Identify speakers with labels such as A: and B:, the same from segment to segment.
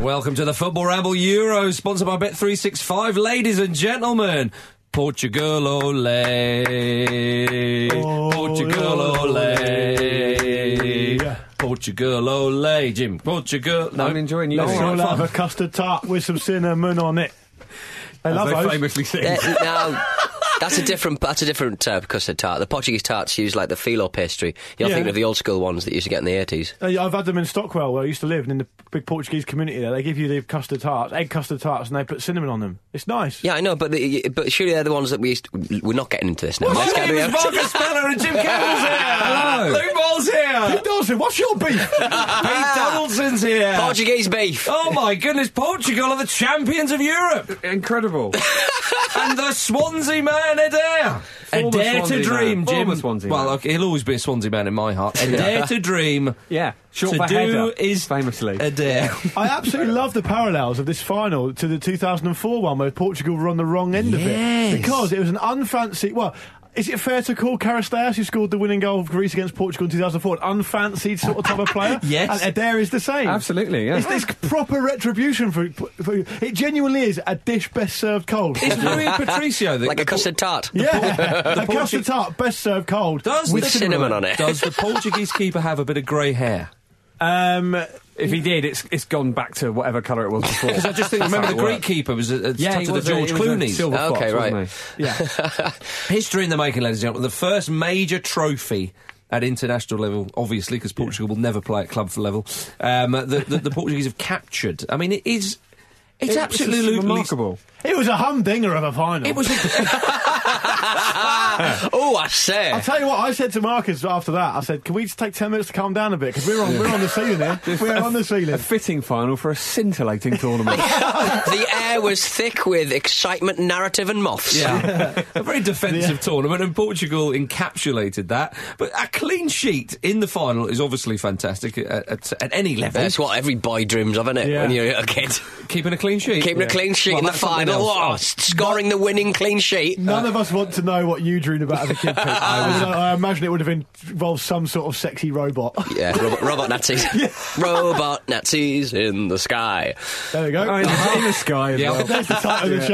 A: Welcome to the Football Ramble Euro, sponsored by Bet365. Ladies and gentlemen, Portugal ole. Portugal ole. Portugal ole. Jim, Portugal. No,
B: I'm enjoying you.
A: No,
B: Let's
A: all
B: roll
C: You'll
A: right,
C: have
A: fine.
C: a custard tart with some cinnamon on it. I love
A: As they
C: those.
A: famously sing.
D: Uh, no, that's a different. That's a different uh, custard tart. The Portuguese tarts use like the phyllo pastry. You're
C: Yeah.
D: thinking of the old school ones that you used to get in the eighties.
C: Uh, yeah, I've had them in Stockwell, where I used to live, and in the big Portuguese community there, they give you the custard tarts, egg custard tarts, and they put cinnamon on them. It's nice.
D: Yeah, I know, but the, but surely they're the ones that we used. To, we're not getting into this now.
A: What's your
D: Let's carry
A: name?
D: on.
A: It's Marcus Speller and Jim Campbell's here.
B: Hello.
A: Luke Ball's here.
C: Dawson, what's your beef?
A: Pete Donaldson's here.
D: Portuguese beef.
A: Oh my goodness, Portugal are the champions of Europe.
E: Incredible.
A: and the Swansea man Adair.
E: Former
A: Adair to
E: Swansea
A: dream,
E: man.
A: Jim.
E: Former Swansea
A: well,
E: man.
A: okay, he'll always be a Swansea man in my heart. Adair to dream.
E: Yeah, short
A: to
E: for
A: do
E: header,
A: is
E: famously.
A: Adair.
C: I absolutely love the parallels of this final to the 2004 one where Portugal were on the wrong end of
A: Yes.
C: it because it was an unfancy. Well, is it fair to call Karistaus, who scored the winning goal of Greece against Portugal in 2004, an unfancied sort of type of player?
A: Yes.
C: and Adair is the same.
E: Absolutely, yeah.
C: It's this proper retribution for, for it. Genuinely is a dish best served cold.
A: Is Rui Patricio the,
D: like
A: the
D: a custard tart.
C: yeah, a
A: Portu-
C: custard tart best served cold.
A: Does
D: with
A: the,
D: cinnamon on it.
A: Does the Portuguese keeper have a bit of grey hair?
C: Um,
E: If he did, it's it's gone back to whatever colour it was before.
A: Because I just think, remember the Greek keeper was at, at
E: Yeah,
A: tied
E: he
A: to the
E: was a-
A: George
E: he was a
A: Clooney.
E: silver
D: fox, Okay, wasn't right.
C: yeah.
A: History in the making, ladies and gentlemen. The first major trophy at international level, obviously, because Portugal will never play at club level, um, that, that the Portuguese have captured. I mean, it is. It's absolutely
E: remarkable.
C: It was a humdinger of a final.
A: It was.
D: Oh, I say.
C: I'll tell you what, I said to Marcus after that, I said, can we just take 10 minutes to calm down a bit? Because we're on, we're on the ceiling here. We're on the
E: A
C: ceiling.
E: fitting final for a scintillating tournament.
D: the air was thick with excitement, narrative, and moths.
A: Yeah. a very defensive tournament, and Portugal encapsulated that. But a clean sheet in the final is obviously fantastic at, at, at any level.
D: That's what every boy dreams of, isn't it?
C: Yeah.
D: When you're a kid.
A: Keeping a clean clean sheet.
D: Keeping
A: Yeah.
D: a clean sheet
A: Well,
D: in the
A: that's something
D: final.
A: else.
D: Oh, s- scoring the winning clean sheet.
C: None of us want to know what you dreamed about as a kid. Pete. I, was- I imagine it would have involved some sort of sexy robot.
D: Yeah, robot, robot Nazis. Robot Nazis in the sky.
C: There we go.
E: Oh, in the, in the sky. as
A: Yeah.
E: well.
C: That's the title of the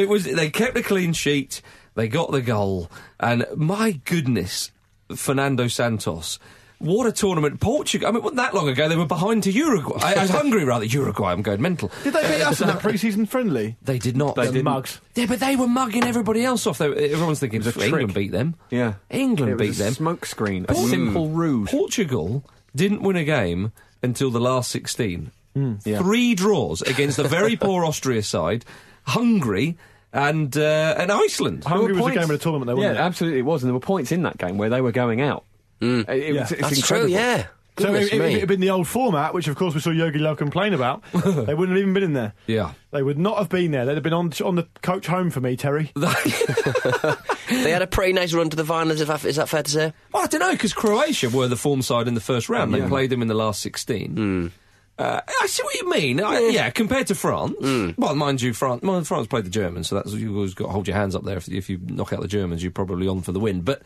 A: it was they kept a clean sheet, they got the goal, and my goodness, Fernando Santos. What a tournament. Portugal, I mean, it wasn't that long ago, they were behind to Uruguay. I, I was hungry, rather. Uruguay, I'm going mental.
C: Did they beat us in that pre-season friendly?
A: They did not. um,
C: The mugs.
A: Yeah, but they were mugging everybody else off. They, everyone's thinking
E: was a
A: England
E: trick.
A: beat them.
E: Yeah.
A: England
E: It was
A: beat
E: a
A: them.
E: smokescreen, a
C: Mm.
A: Port-
E: simple ruse.
A: Portugal didn't win a game until the last 16.
C: Mm,
A: Three draws against the very poor Austria side, Hungary, and uh, and Iceland.
E: There
C: Hungary
E: were
C: was the
E: points-
C: game of the tournament, though,
E: yeah,
C: wasn't it?
E: absolutely, it was, and there were points in that game where they were going out. It, it was, it's
D: That's
E: incredible.
D: true, yeah.
C: So
D: Goodness
C: if, if
D: me.
C: it had been the old format, which of course we saw Yogi Love complain about, they wouldn't have even been in there.
A: Yeah.
C: They would not have been there. They'd have been on on the coach home for me, Terry.
D: They had a pretty nice run to the finals, if I, is that fair to say?
A: Well, I don't know because Croatia were the form side in the first round. They played them in the last sixteen.
C: Hmm.
A: Uh, I see what you mean. I, yeah, compared to France.
C: Hmm.
A: Well, mind you, France. Well, France played the Germans, so that's you always got to hold your hands up there. If, if you knock out the Germans, you're probably on for the win. But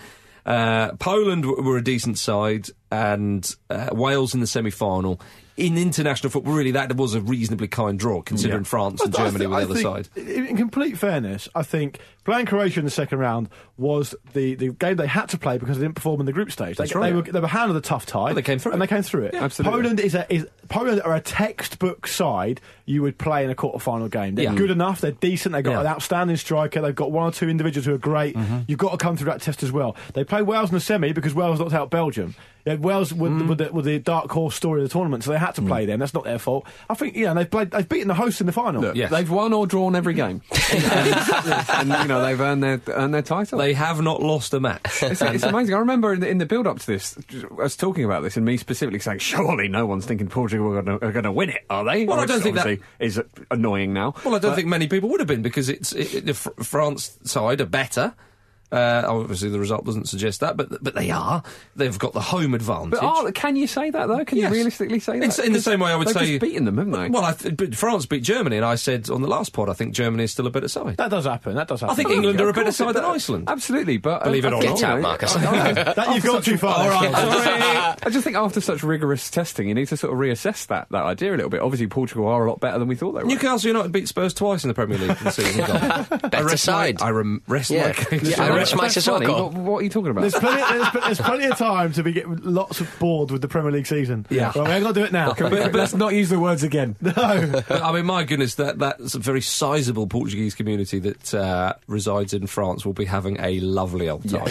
A: uh, Poland w- were a decent side, and uh, Wales in the semi-final. In international football, really, that was a reasonably kind draw considering France and
C: But I
A: Germany
C: thi-
A: were the
C: I
A: other
C: think-
A: side.
C: In in complete fairness, I think playing Croatia in the second round was the, the game they had to play because they didn't perform in the group stage. They,
A: That's right.
C: they, were, they were handed a tough tie.
A: they came through
C: And
A: it.
C: they came through it.
E: absolutely.
C: Poland is a is, Poland are a textbook side you would play in a quarter final game. They're
A: Yeah.
C: good enough. They're decent. They've got
A: Yeah.
C: an outstanding striker. They've got one or two individuals who are great. You've got to come through that test as well. They play Wales in the semi because Wales knocked out Belgium. Yeah, Wales were, were, the, were the dark horse story of the tournament, so they had to play them. That's not their fault. I think yeah, and they've played, they've beaten the hosts in the final.
E: Look,
A: Yes.
E: They've won or drawn every game, and, and, you know they've earned their earned their title.
A: They have not lost a match.
E: It's, it's amazing. I remember in the, in the build up to this, us talking about this, and me specifically saying, "Surely no one's thinking Portugal are going to win it, are they?"
A: Well, I
E: Which
A: don't think that-
E: obviously is annoying now.
A: Well, I don't think many people would have been because it's it, it- the fr- France side are better. Uh, obviously, the result doesn't suggest that, but but they are. They've got the home advantage.
E: But are, can you say that though? Can
A: Yes.
E: you realistically say that?
A: It's in the
E: Because
A: same way I would
E: they've
A: say
E: just beaten them, haven't they?
A: Well, I th- but France beat Germany, and I said on the last pod, I think Germany is still a better side.
C: That does happen. That does happen.
A: I
E: Oh,
A: think England are a better side than Iceland.
E: Absolutely, but
A: Believe it or
D: Get out, Marcus.
C: that you've gone too far.
A: All
E: Oh,
A: right, sorry.
E: I just think after such rigorous testing, you need to sort of reassess that, that idea a little bit. Obviously, Portugal are a lot better than we thought they were.
A: Newcastle United beat Spurs twice in the Premier League this season.
D: Better side.
A: I rem- rest
D: Yeah.
A: my case.
D: Yeah, I
E: That's
D: rest my
E: funny.
D: Sissoko.
E: What, what are you talking about?
C: There's plenty, there's, there's plenty of time to be getting lots of bored with the Premier League season.
A: Yeah.
C: Well, we're going to do it now.
A: But- but-
E: not use the words again.
C: no.
A: But, I mean, my goodness, that that's a very sizable Portuguese community that uh, resides in France will be having a lovely old time.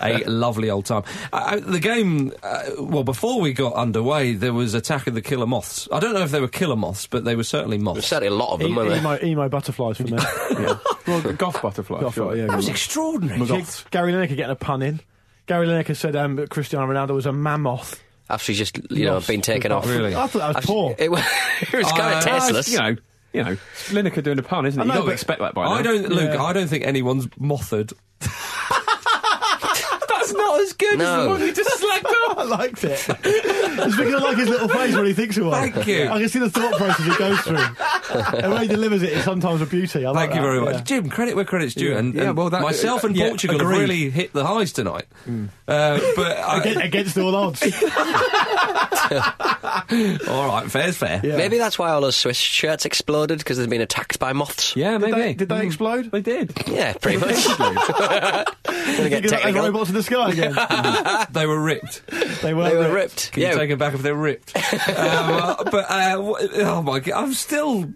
A: a lovely old time. I, I, the game, uh, well, before we got underway, there was Attack of the Killer Moths. I don't know if they were killer moths, but they were certainly moths.
D: Certainly a
C: E,
D: lot of them, weren't
C: emo, emo butterflies for me.
E: well, the goth butterfly.
C: Goth,
E: sure.
C: yeah.
A: that was extraordinary.
C: Gary Gary Lineker getting a pun in. Gary Lineker said um, that Cristiano Ronaldo was a mammoth.
D: they? After he's just, you know,
C: Lost
D: been taken
C: the-
D: off.
A: Really?
C: I thought that was
D: After-
C: poor.
D: It was, it was kind
A: Uh,
D: of
E: Ah,
D: tasteless.
E: it's, you know, you know, Lineker doing a pun, isn't it? You
C: know,
E: got to
C: but
E: expect that by now.
A: I don't, Luke.
C: Yeah.
A: I don't think anyone's mothered. That's not as good as
D: No.
A: the one we just slagged off.
C: I liked it. It's because I like his little face when he thinks of one.
A: Thank you.
C: I can see the thought process he goes through. the way he delivers it is sometimes a beauty. I like
A: Thank you
C: that,
A: very much,
C: yeah.
A: Jim. Credit where credit's due, and,
E: Yeah,
A: and
E: well, that-
A: myself and
E: yeah,
A: Portugal
E: agreed.
A: have really hit the highs tonight.
C: Hmm.
A: Uh, but
C: Against,
A: I,
C: against all odds.
A: all right, fair's fair.
C: Yeah.
D: Maybe that's why all those Swiss shirts exploded because they'd been attacked by moths.
E: Yeah,
C: Did
E: maybe.
C: they, did
A: Hmm.
C: they explode?
E: They did.
D: Yeah, pretty much. Gonna get
C: Because those
D: technical.
C: robots in the sky again.
A: They were ripped.
C: They were,
D: They were
C: ripped.
D: ripped.
A: Can
D: yeah,
A: you take them back if they're ripped? um, uh, but uh, w- oh my god, I'm still.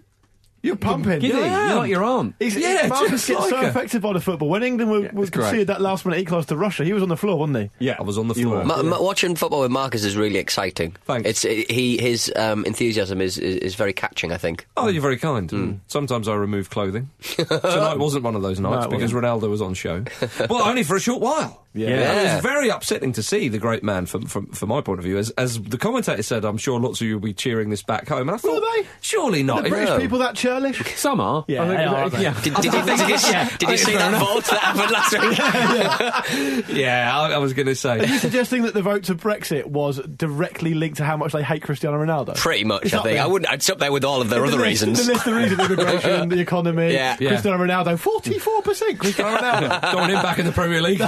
C: You're pumping.
E: Giddy.
A: Yeah.
E: You're like your aunt.
C: He's,
A: Yeah,
C: yeah, Marcus
A: just
C: gets
A: like
C: so
A: her.
C: affected by the football. When England were,
E: it's
C: was
E: great.
C: conceded that last minute E-class to Russia, he was on the floor, wasn't he?
E: Yeah,
A: I was on the
E: you
A: floor.
E: were.
D: Ma- ma- watching football with Marcus is really exciting.
A: Thanks.
D: It's it, he his um, enthusiasm is, is is very catching. I think.
C: Hmm.
A: Oh, you're very kind. Sometimes I remove clothing. Tonight wasn't one of those nights
C: it
A: because Ronaldo was on show. well, only for a short while. Yeah. It was very upsetting to see the great man from, from, from my point of view. As, as the commentator said, I'm sure lots of you will be cheering this back home. And I thought,
C: they?
A: surely not.
C: The
A: If-
C: British people that cheer Scottish?
E: Some are.
C: Yeah,
E: I think-
C: they are, aren't they?
E: yeah.
D: Did, did, you, did, you, did you see that vote that happened last week?
A: yeah, I, I was going to
C: Are you
A: say.
C: suggesting that the vote to Brexit was directly linked to how much they hate Cristiano Ronaldo?
D: Pretty much,
C: It's
D: I
C: up
D: think.
C: there.
D: I wouldn't. I'd stop there with all of their
C: The
D: other
C: list-
D: reasons.
C: The list of reasons: immigration, the economy,
D: Yeah.
A: Yeah.
C: Cristiano Ronaldo, forty-four percent. Cristiano Ronaldo.
A: Don't want him back in the Premier League.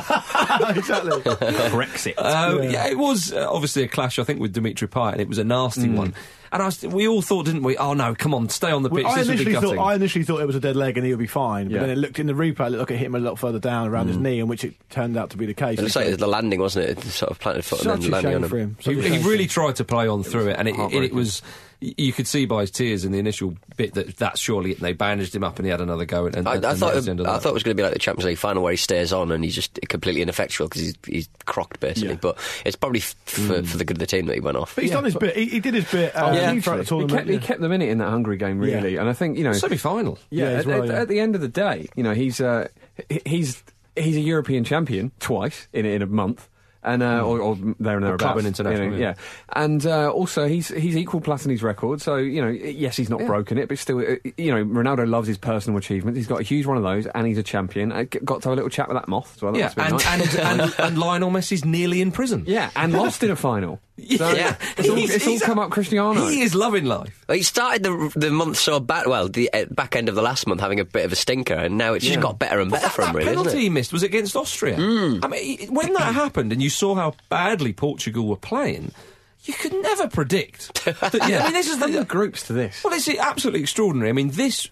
C: exactly.
E: Brexit.
A: Um,
C: Yeah.
A: yeah. it was uh, obviously a clash, I think, with Dimitri Payet, and it was a
C: Mm.
A: nasty one. And I was, we all thought, didn't we? Oh no, come on, stay on the pitch.
C: I
A: this would be
C: initially thought
A: gutting.
C: I initially thought it was a dead leg and he would be fine, but
E: Yeah.
C: then it looked in the replay. It looked like it hit him a lot further down around his knee, in which it turned out to be the case.
D: It looks like the landing, wasn't it? It Sort of planted foot and
C: such
D: then
C: a
D: landing on
C: shame
D: him.
C: for him. Such
A: He,
C: a
A: he
C: shame.
A: really tried to play on through it, and it, it, it
D: heartbreaking.
A: was you could see by his tears in the initial bit that that's surely it. And they bandaged him up, and he had another go. And, and,
D: I,
A: and
D: I
A: that
D: thought
A: was the end
D: it,
A: of
D: I
A: that.
D: thought it was going to be like the Champions League final where he stays on and he's just completely ineffectual because he's he's crocked basically.
C: Yeah.
D: But it's probably f- for,
E: Mm.
D: for the good of the team that he went off.
C: But he's done his bit. He, he did his bit uh,
D: yeah.
C: throughout the
E: he,
C: tournament.
E: kept, Oh, he kept them in it in that Hungary game, really.
C: Yeah.
E: And I think, you know.
A: semi-final.
E: yeah,
C: Yeah, as
E: at,
C: well,
E: at-
C: yeah.
E: at the end of the day, you know, he's uh, he- he's he's a European champion twice in in a month. And uh, or, or there and thereabouts,
A: Hmm. club and international,
E: you know,
A: yeah.
E: yeah. And uh, also, he's he's equal Platini's record. So you know, yes, he's not broken it, but still, uh, you know, Ronaldo loves his personal achievements. He's got a huge one of those, and he's a champion. I g- got to have a little chat with that moth as well. That
A: Yeah,
E: must have
A: and,
E: been nice.
A: and, and, and Lionel Messi's nearly in prison.
E: yeah, and lost in a final. So
D: Yeah.
E: it's all,
A: He's-
E: it's all
A: he's-
E: come up Cristiano.
A: He is loving life.
D: He started the the month so bad, well, the uh, back end of the last month having a bit of a stinker, and now it's just got better and better
A: That,
D: for him,
A: that
D: really.
A: penalty
D: Isn't
A: he
D: it?
A: missed was against Austria. I mean, he- when that happened, and you saw how badly Portugal were playing, you could never predict. that- I mean, this is
E: There's
A: the
E: groups to this.
A: Well, it's absolutely extraordinary. I mean, this.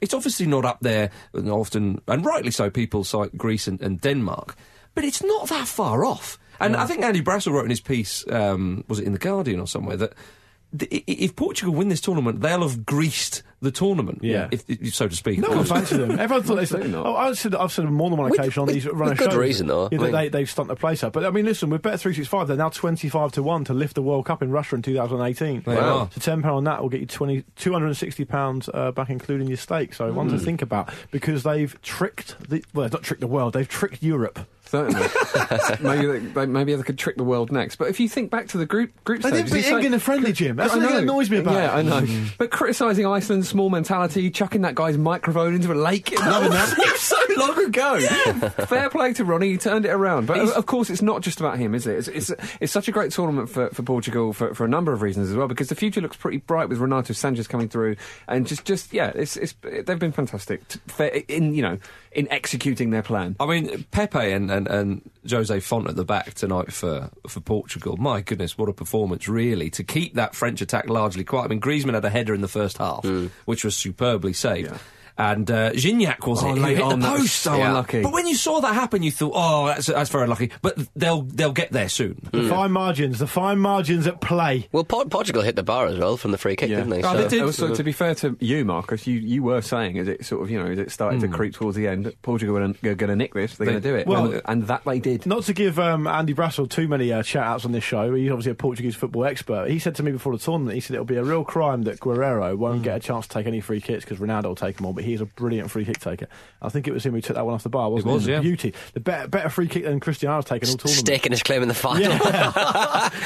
A: It's obviously not up there, and often, and rightly so, people cite Greece and, and Denmark, but it's not that far off. And I think Andy Brassel wrote in his piece, um, was it in The Guardian or somewhere, that th- i- i- if Portugal win this tournament, they'll have greased the tournament,
C: Yeah.
A: if, if- so to speak. of
C: No one
A: course.
C: fancied them. Everyone thought they said.
E: not.
C: Oh, I've said, I've said more than one
D: With-
C: occasion
D: with-
C: on these
D: with
C: runner
D: good
C: shows
D: reason, though.
C: Yeah,
D: I mean-
C: they, they've stunt the place up. But I mean, listen, with Bet three six five, they're now twenty five to one to lift the World Cup in Russia in two thousand eighteen.
A: They Wow. are.
C: So ten pound on that will get you 20, 260 pounds uh, back, including your stake. So one to
E: Hmm.
C: think about because they've tricked the well, not tricked the world. They've tricked Europe.
E: Certainly. maybe, they, they, maybe they could trick the world next. But if you think back to the group group
C: They
E: stage,
C: didn't beat
E: it's like-
C: England in a friendly gym. That's
E: I
C: the thing that
E: know.
C: annoys me about
E: Yeah, I
C: it.
E: know. But criticising Iceland's small mentality, chucking that guy's microphone into a lake, loving that. was so long ago. Fair play to Ronnie, he turned it around. But uh, of course, it's not just about him, is it? It's, it's, it's such a great tournament for, for Portugal for, for a number of reasons as well, because the future looks pretty bright with Renato Sanchez coming through, and just just yeah, it's, it's they've been fantastic t- fair, in you know in executing their plan.
A: I mean, Pepe and, and, and Jose Font at the back tonight for, for Portugal. My goodness, what a performance, really, to keep that French attack largely quiet. I mean, Griezmann had a header in the first half,
E: Hmm.
A: which was superbly saved. And uh, Gignac was
E: Oh,
A: it. who
E: late
A: hit
E: on,
A: the
E: that was
A: post.
E: so Yeah. unlucky.
A: But when you saw that happen, you thought, "Oh, that's that's very unlucky." But they'll they'll get there soon.
C: The fine margins. The fine margins at play.
D: Well, Por- Portugal hit the bar as well from the free kick, didn't they?
A: Oh, they did.
E: Also, to be fair to you, Marcus, you, you were saying as it sort of you know as it started
D: Hmm.
E: to creep towards the end, Portugal are going to nick this. They're
A: They-
E: going to do it.
C: well-
E: and, and that they did.
C: Not to give um, Andy Brassel too many uh, shout outs on this show, he's obviously a Portuguese football expert. He said to me before the tournament, he said it'll be a real crime that Guerrero won't get a chance to take any free kicks because Ronaldo will take them all, but he's a brilliant free kick taker. I think it was him who took that one off the bar, wasn't it?
A: was,
C: a
A: yeah.
C: beauty. The better, better free kick than Cristiano's taken all tournament.
D: Staking his claim in the final.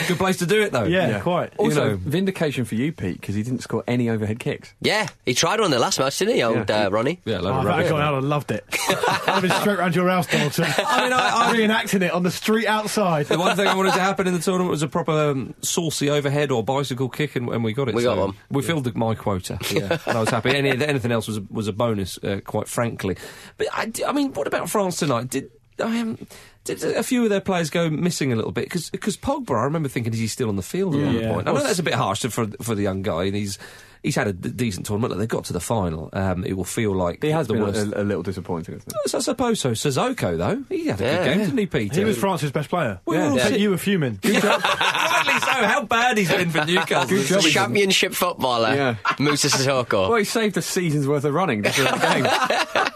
A: Good place to do it, though.
C: Yeah, quite.
E: Also,
A: you know,
E: vindication for you, Pete, because he didn't score any overhead kicks.
D: yeah, he tried one in the last match, didn't he, old
E: Yeah.
D: uh, Ronnie?
A: yeah, a
C: Oh,
A: load
C: if
A: of
C: that had
A: rubbish.
C: gone out, I'd loved it. I'd have been straight round your house, Dalton. I mean, I, am reenacting it on the street outside.
A: the one thing I wanted to happen in the tournament was a proper um, saucy overhead or bicycle kick, and, and we got it.
D: We got one.
A: We filled the, my quota. Yeah, and I was happy. Any, anything else was a, was a bonus, uh, quite frankly. But I, d- I mean, what about France tonight? Did I um, did a few of their players go missing a little bit? Because Pogba, I remember thinking, is he still on the field at
C: Yeah.
A: that point? I know that's a bit harsh for for the young guy, and he's. He's had a d- decent tournament. Look, They got to the final. Um, it will feel like
E: He has
A: the
E: been a,
A: worst.
E: a little disappointing, isn't
A: I suppose so. Suzoko though, he had a
D: Yeah.
A: good game, didn't he, Peter?
C: He was France's best player.
A: We were all
C: But
A: sit-
C: you were fuming.
A: Rightly so. oh, How bad he's been for Newcastle.
E: Good job, he's-
D: Championship footballer,
E: Yeah.
D: Musa Sissoko.
E: Well, he saved a season's worth of running just for that game.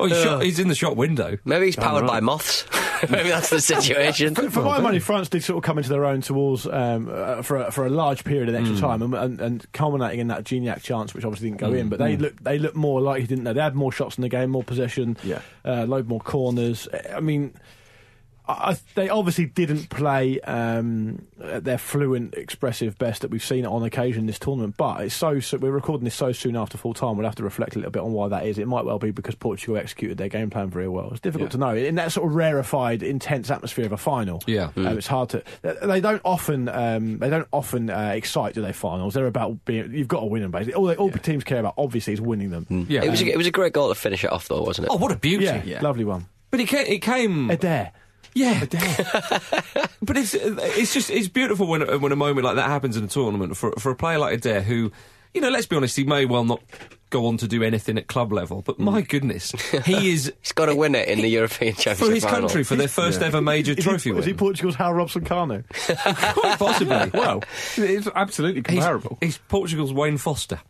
A: Oh, he's, shot, he's in the shop window.
D: Maybe he's powered by moths. Maybe that's the situation.
C: For my money, France did sort of come into their own towards um, uh, for a, for a large period of extra time, and, and, and culminating in that Gignac chance, which obviously didn't go in. But they looked they looked more likely, didn't they? They had uh, more shots in the game, more possession,
E: Yeah.
C: uh, load more corners. I mean. I, I- they obviously didn't play um, at their fluent, expressive best that we've seen on occasion this tournament. But it's so, so we're recording this so soon after full time. We'll have to reflect a little bit on why that is. It might well be because Portugal executed their game plan very well. It's difficult to know in that sort of rarefied, intense atmosphere of a final.
A: Yeah. Mm.
C: Um, it's hard to. they- They don't often. Um, they don't often uh, excite, do they? Finals. They're about being. You've got to win them. Basically, all, they, all teams care about obviously is winning them.
A: Yeah.
D: It was a, it was a great goal to finish it off, though, wasn't it?
A: Oh, what a beauty!
C: Yeah, lovely one.
A: But it came. It came
C: Adair.
A: yeah, but it's it's just it's beautiful when when a moment like that happens in a tournament for for a player like Adair who, you know, let's be honest, he may well not go on to do anything at club level, but my goodness, he is
D: He's got to win it in the European Championship
A: for his
D: final.
A: country for their first ever major
C: Is
A: trophy
C: he,
A: win.
C: is he Portugal's Hal Robson Carno?
A: Quite possibly. Well,
E: It's absolutely
A: he's,
E: comparable.
A: he's Portugal's Wayne Foster.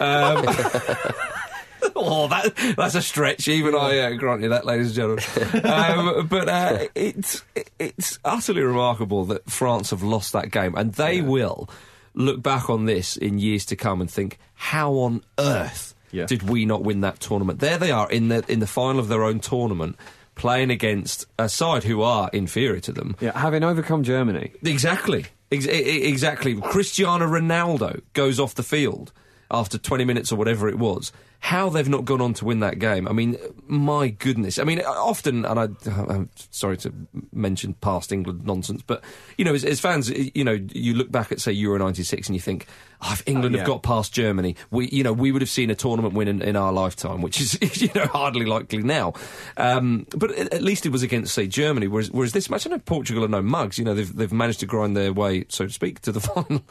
A: Um, oh, that, that's a stretch. Even I uh, grant you that, ladies and gentlemen. Um, but uh, it's it's utterly remarkable that France have lost that game, and they will look back on this in years to come and think, how on earth
E: Yeah.
A: did we not win that tournament? There they are in the in the final of their own tournament. Playing against a side who are inferior to them,
E: yeah, having overcome Germany.
A: Exactly. Ex- e- e- exactly. Cristiano Ronaldo goes off the field after 20 minutes or whatever it was. How they've not gone on to win that game. I mean, my goodness. I mean, uh, often, and I, uh, I'm sorry to mention past England nonsense, but, you know, as, as fans, you know, you look back at, say, Euro 96 and you think, oh, if England have
E: yeah.
A: got past Germany, we, you know, we would have seen a tournament win in, in our lifetime, which is, you know, hardly likely now. Um, but at at least it was against, say, Germany, whereas, whereas this match, I know Portugal are no mugs, you know, they've, they've managed to grind their way, so to speak, to the final.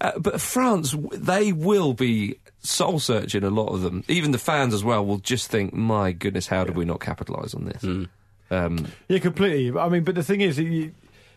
A: Uh, but France, w- they will be soul searching, a lot of them. Even the fans as well will just think, my goodness, how did we not capitalise on this? Um,
C: Yeah, completely. I mean, but the thing is, you,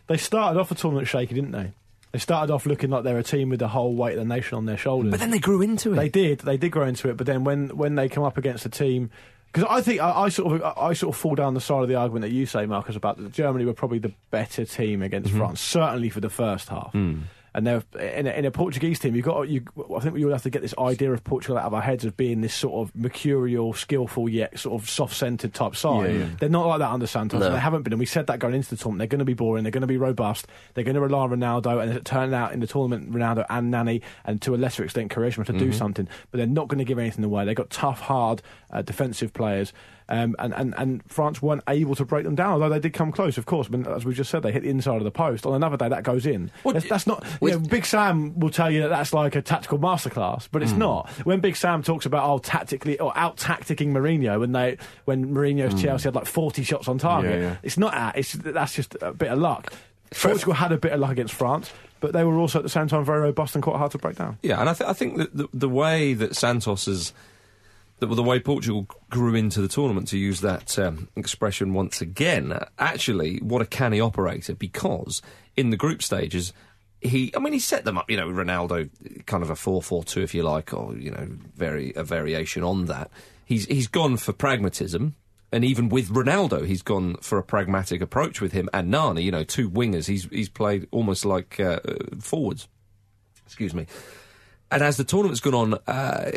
C: they started off a tournament shaky, didn't they? They started off looking like they're a team with the whole weight of the nation on their shoulders.
A: but then they grew into it.
C: They did. They did grow into it, but then when when they come up against a team, because I think I, I sort of I I sort of fall down the side of the argument that you say, Marcus, about that Germany were probably the better team against
A: Mm-hmm.
C: France, certainly for the first half.
A: Mm.
C: And they're, in, a, in a Portuguese team, you've got. You, I think we all have to get this idea of Portugal out of our heads as being this sort of mercurial, skillful yet sort of soft-centered type side. They're not like that under Santos. and They haven't been, and we said that going into the tournament. They're going to be boring. They're going to be robust. They're going to rely on Ronaldo, and as it turned out in the tournament, Ronaldo and Nani, and to a lesser extent, Karishma to do something. But they're not going to give anything away. They've got tough, hard uh, defensive players, um, and, and and France weren't able to break them down. Although they did come close, of course. But as we just said, they hit the inside of the post. On another day, that goes in. that's, that's not. you know, Big Sam will tell you that that's like a tactical masterclass, but it's not. When Big Sam talks about oh tactically or out tacticking Mourinho when they when Mourinho's Chelsea had like forty shots on target,
E: yeah.
C: it's not that. It's that's just a bit of luck. Portugal had a bit of luck against France, but they were also at the same time very robust and quite hard to break down.
A: Yeah, and I, th- I think that the, the way that Santos has, the, the way Portugal grew into the tournament, to use that um, expression once again, uh, actually, what a canny operator, because in the group stages, he, I mean, he set them up, you know, Ronaldo, kind of a 4 4 2, if you like, or, you know, very a variation on that. He's He's gone for pragmatism. And even with Ronaldo, he's gone for a pragmatic approach with him and Nani. You know, two wingers. He's he's played almost like uh, uh, forwards excuse me. And as the tournament's gone on, uh,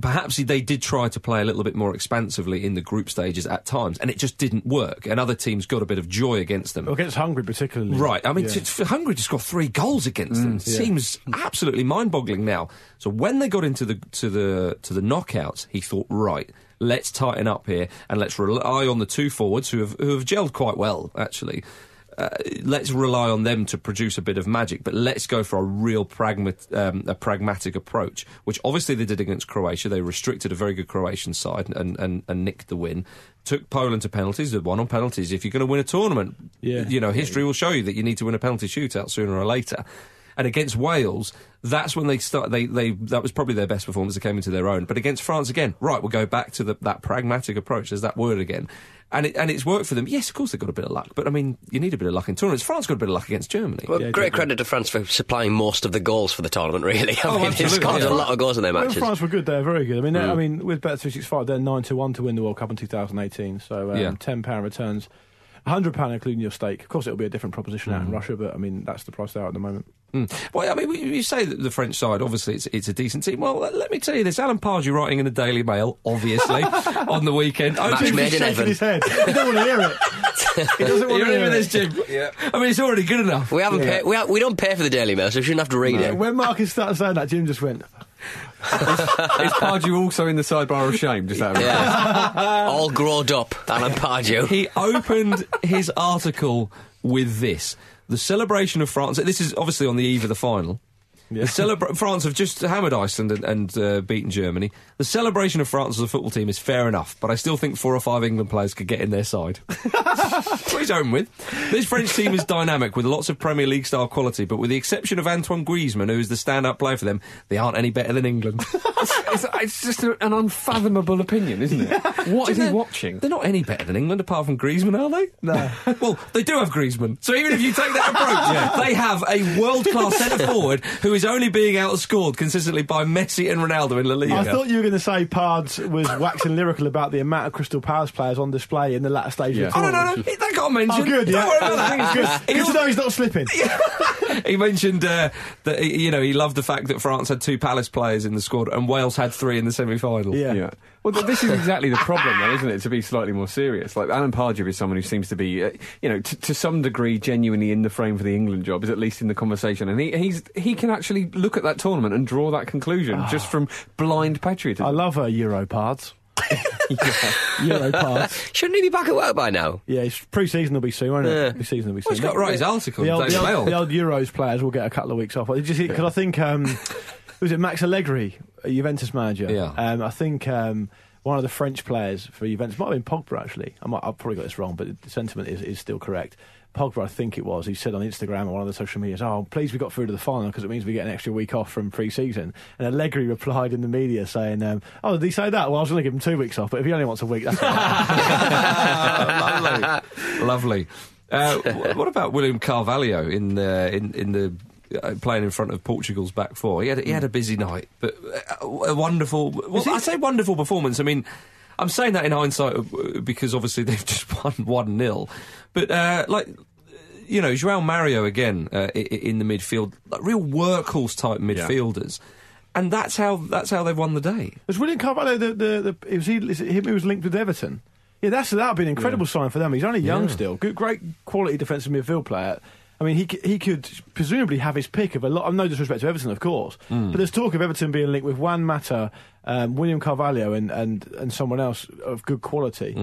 A: perhaps they did try to play a little bit more expansively in the group stages at times, and it just didn't work. And other teams got a bit of joy against them.
C: Against Hungary, particularly.
A: Right. I mean,
C: Yeah.
A: t- t- Hungary just got three goals against them. Seems absolutely mind-boggling now. So when they got into the to the to the knockouts, he thought, right, let's tighten up here and let's rely on the two forwards who have who have gelled quite well actually. Uh, let's rely on them to produce a bit of magic, but let's go for a real pragmat- um, a pragmatic approach, which obviously they did against Croatia. They restricted a very good Croatian side and, and, and nicked the win. Took Poland to penalties, they won on penalties. If you're going to win a tournament,
C: Yeah.
A: you know, history will show you that you need to win a penalty shootout sooner or later. And against Wales, that's when they start. They, they that was probably their best performance. They came into their own. But against France again, right? We'll go back to the, that pragmatic approach. There's that word again, and it, and it's worked for them. Yes, of course they've got a bit of luck, but I mean, you need a bit of luck in tournaments. France got a bit of luck against Germany.
D: Well, great credit to France for supplying most of the goals for the tournament, really. I
A: Oh,
D: mean, they
A: absolutely,
D: scored
A: yeah.
D: a lot of goals in their
C: When
D: matches.
C: France were good, they're very good. I mean,
A: Mm.
C: they're- I mean, with Bet365, they're nine to one to win the World Cup in 2018. So um,
A: Yeah.
C: ten pound returns, hundred pound including your stake. Of course, it'll be a different proposition out in Russia, but I mean, that's the price they're at the moment.
A: Mm. Well, I mean, we- you say that the French side, obviously, it's, it's a decent team. Well, let- let me tell you this Alan Pardew writing in the Daily Mail, obviously, on the weekend. I
D: Match
A: think-
D: made in
C: Shaking
D: heaven.
C: his head. You don't want to hear it. He doesn't want
A: You're
C: to
A: in
C: hear
A: with
C: it.
A: this, Jim. Yeah. I mean, it's already good enough.
D: We haven't pay, we, ha- we don't pay for the Daily Mail, so we shouldn't have to read it.
C: When Marcus started saying that, Jim just went.
E: Is Pardew also in the sidebar of shame? Just out of
D: Yeah. All growed up, Alan Pardew.
A: He opened his article with this: the celebration of France. This is obviously on the eve of the final. The celebra- France have just hammered Iceland and, and uh, beaten Germany. The celebration of France as a football team is fair enough, but I still think four or five England players could get in their side. That's what he's open with. This French team is dynamic with lots of Premier League style quality, but with the exception of Antoine Griezmann, who is the standout player for them, they aren't any better than England.
E: it's, it's just a- an unfathomable opinion, isn't it? What
A: Do
E: is
A: you
E: he
A: know-
E: watching?
A: They're not any better than England apart from Griezmann, are they? No. well, they do have Griezmann. So even if you take that approach, they have a world class centre forward who is only being outscored consistently by Messi and Ronaldo in La Liga.
C: I thought you were going to say Pards was waxing lyrical about the amount of Crystal Palace players on display in the latter stage
E: Yeah.
C: of the
A: Oh, no,
C: tournament.
A: no, no. That got mentioned.
C: Oh, good,
A: Don't
C: yeah.
A: worry about that.
C: good.
A: He
C: good to
A: also-
C: know he's not slipping.
A: he mentioned uh, that he- you know he loved the fact that France had two Palace players in the squad and Wales had three in the semi-final.
C: Yeah.
E: Yeah. Well, th- this is exactly the problem, though, isn't it? To be slightly more serious, like Alan Pardew is someone who seems to be, uh, you know, t- to some degree, genuinely in the frame for the England job, is at least in the conversation, and he he's he can actually look at that tournament and draw that conclusion just
A: Ah.
E: from blind patriotism.
C: I love her Euro Pards. Euro Pards.
D: Shouldn't he be back at work by now?
C: Yeah, it's pre-season will be soon, won't it?
D: Yeah.
C: Pre-season will be soon.
A: Well, he's got to write his article.
C: the,
A: in
C: old,
A: Daily
C: the,
A: Mail.
C: old, the old Euros players will get a couple of weeks off. I just because I think um, was it Max Allegri, a Juventus manager?
A: Yeah.
C: Um, I think um, one of the French players for Juventus might have been Pogba actually. I might, I've probably got this wrong, but the sentiment is, is still correct. Pogba, I think it was. He said on Instagram or one of the social medias, "Oh, I'm pleased we got through to the final because it means we get an extra week off from pre-season." And Allegri replied in the media saying, um, "Oh, did he say that? Well, I was going to give him two weeks off, but if he only wants a week, that's." fine."
A: lovely, lovely. Uh, wh- what about William Carvalho in the in in the uh, playing in front of Portugal's back four? He had he had a busy night, but uh, a wonderful. Well, I say wonderful performance. I mean. I'm saying that in hindsight uh, because obviously they've just won one 0 but uh, like you know, Joao Mario again uh, i- i- in the midfield, like real workhorse type midfielders, and that's how that's how they've won the day.
C: Was William Carvalho the, the, the was he, is it him who was linked with Everton? Yeah, that's that'd be an incredible sign for them. He's only young still, good, great quality defensive midfield player. I mean, he c- he could presumably have his pick of a lot. No disrespect to Everton, of course, but there's talk of Everton being linked with Juan Mata, um, William Carvalho, and, and and someone else of good quality.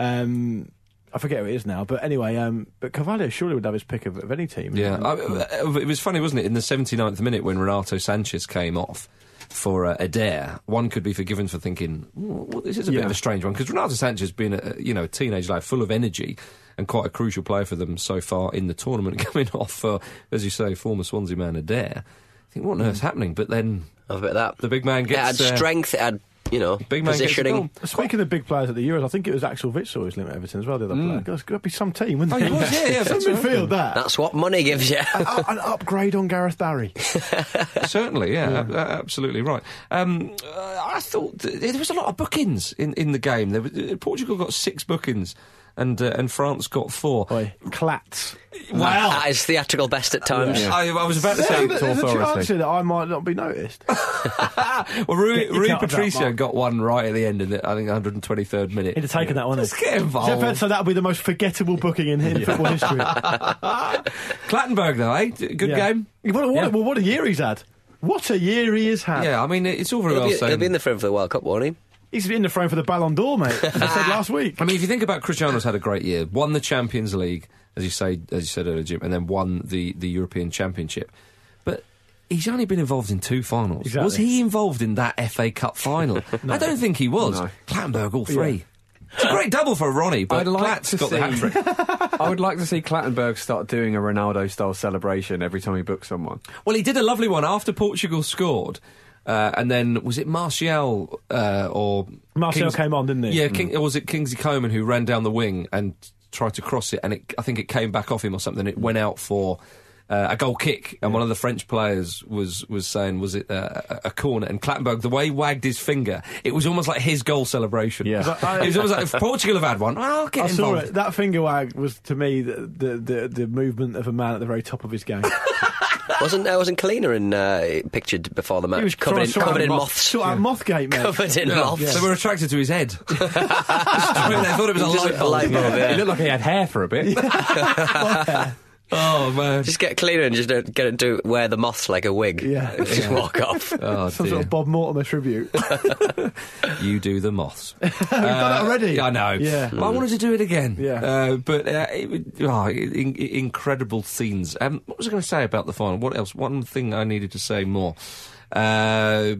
C: Um, I forget who it is now, but anyway, um, but Carvalho surely would have his pick of, of any team.
A: Yeah,
D: Mm-hmm.
A: I- I- it was funny, wasn't it? In the 79th minute, when Renato Sanchez came off for uh, Adair, one could be forgiven for thinking "Ooh, well, this is a bit
E: Yeah.
A: of a strange one because Renato Sanchez, being a you know a teenage lad, full of energy and quite a crucial player for them so far in the tournament, coming off for as you say, former Swansea man Adair. I think what on
D: Mm.
A: earth's happening? But then
D: I bet that.
A: The big man gets,
D: It had
A: uh,
D: strength, it had, you know,
A: big man gets a
D: positioning.
A: goal.
C: Speaking of big players at the Euros, I think it was Axel Witsel who was linked with Everton as well. The other player, God, that'd be some team, wouldn't
A: Mm. Oh,
C: it?
A: he was, yeah, yeah,
C: Some
A: that's right.
C: midfield that.
D: That's what money gives you.
C: Uh, an upgrade on Gareth Barry.
A: Certainly, yeah, ab- a- absolutely right. Um, uh, I thought th- there was a lot of bookings in, in the game. There was, uh, Portugal got six bookings, and uh, and France got four.
C: Boy, Clatts.
D: That is theatrical best at times.
A: I, I was about to
C: There's a-
A: say.
C: there's a chance here that I might not be noticed.
A: well, Rui,
C: You
A: Rui
C: can't have that,
A: Patricio
C: Mark.
A: got one right at the end, in the, I think 123rd minute.
C: He'd have taken that one.
A: Let's get involved.
C: So that'll be the most forgettable booking in, in football history.
A: Clattenburg, though, eh? D- Good
C: Yeah.
A: game.
C: What, a- what,
A: Yeah.
C: a- well, what a year he's had. What a year he has had.
A: Yeah, I mean, it's all very
D: He'll
A: well
D: be,
A: saying-
D: he'll be in the frame for the World Cup, won't he?
C: He's in the frame for the Ballon d'Or, mate. I
A: Ah.
C: said last week.
A: I mean, if you think about Cristiano's had a great year, won the Champions League, as you say, as you said earlier, Jim, and then won the, the European Championship. But he's only been involved in two finals.
C: Exactly.
A: Was he involved in that FA Cup final? I don't think he was.
E: No.
A: Clattenburg, all three. It's a great double for Ronnie, but
E: I'd like
A: Plat's
E: to
A: got the
E: see-
A: hat trick.
E: I would like to see Clattenburg start doing a Ronaldo-style celebration every time he books someone.
A: Well, he did a lovely one after Portugal scored. Uh, and then was it Martial uh, or
C: Martial came on, didn't he?
A: Yeah, King, or was it Kingsley Coman who ran down the wing and tried to cross it? And it, I think it came back off him or something. It went out for uh, a goal kick, and one of the French players was was saying, "Was it uh, a, a corner?" And Clattenburg, the way he wagged his finger, it was almost like his goal celebration.
C: Yeah. I-
A: it was almost like if Portugal have had one, I'll get
C: I saw
A: involved.
C: it. That finger wag was to me the, the, the, the movement of a man at the very top of his game.
D: Wasn't uh, wasn't Kalina in uh, pictured before the match?
C: He was
D: covered
C: trying
D: in,
C: to sort
D: covered
C: out
D: in
C: moth-
D: moths.
C: Sort out Mothgate, mate.
D: Covered in moths.
A: They were attracted to his head. Straight away, they thought it was a
D: Just
A: light
D: a
A: bulb.
D: light bulb, yeah.
E: It looked like he had hair for a bit.
A: Oh man.
D: Just get Kalina and just don't get it to wear the moths like a wig.
C: Yeah.
D: just walk off.
A: Oh
C: Some sort
A: dear. Uh,
C: of Bob Mortimer tribute.
A: You do the moths. We've
C: done it already.
A: I know.
C: Yeah.
A: But I wanted to do it again.
C: Yeah.
A: Uh, but uh, it, would- oh, in, in- incredible scenes. Um, what was I going to say about the final? What else? One thing I needed to say more. Uh,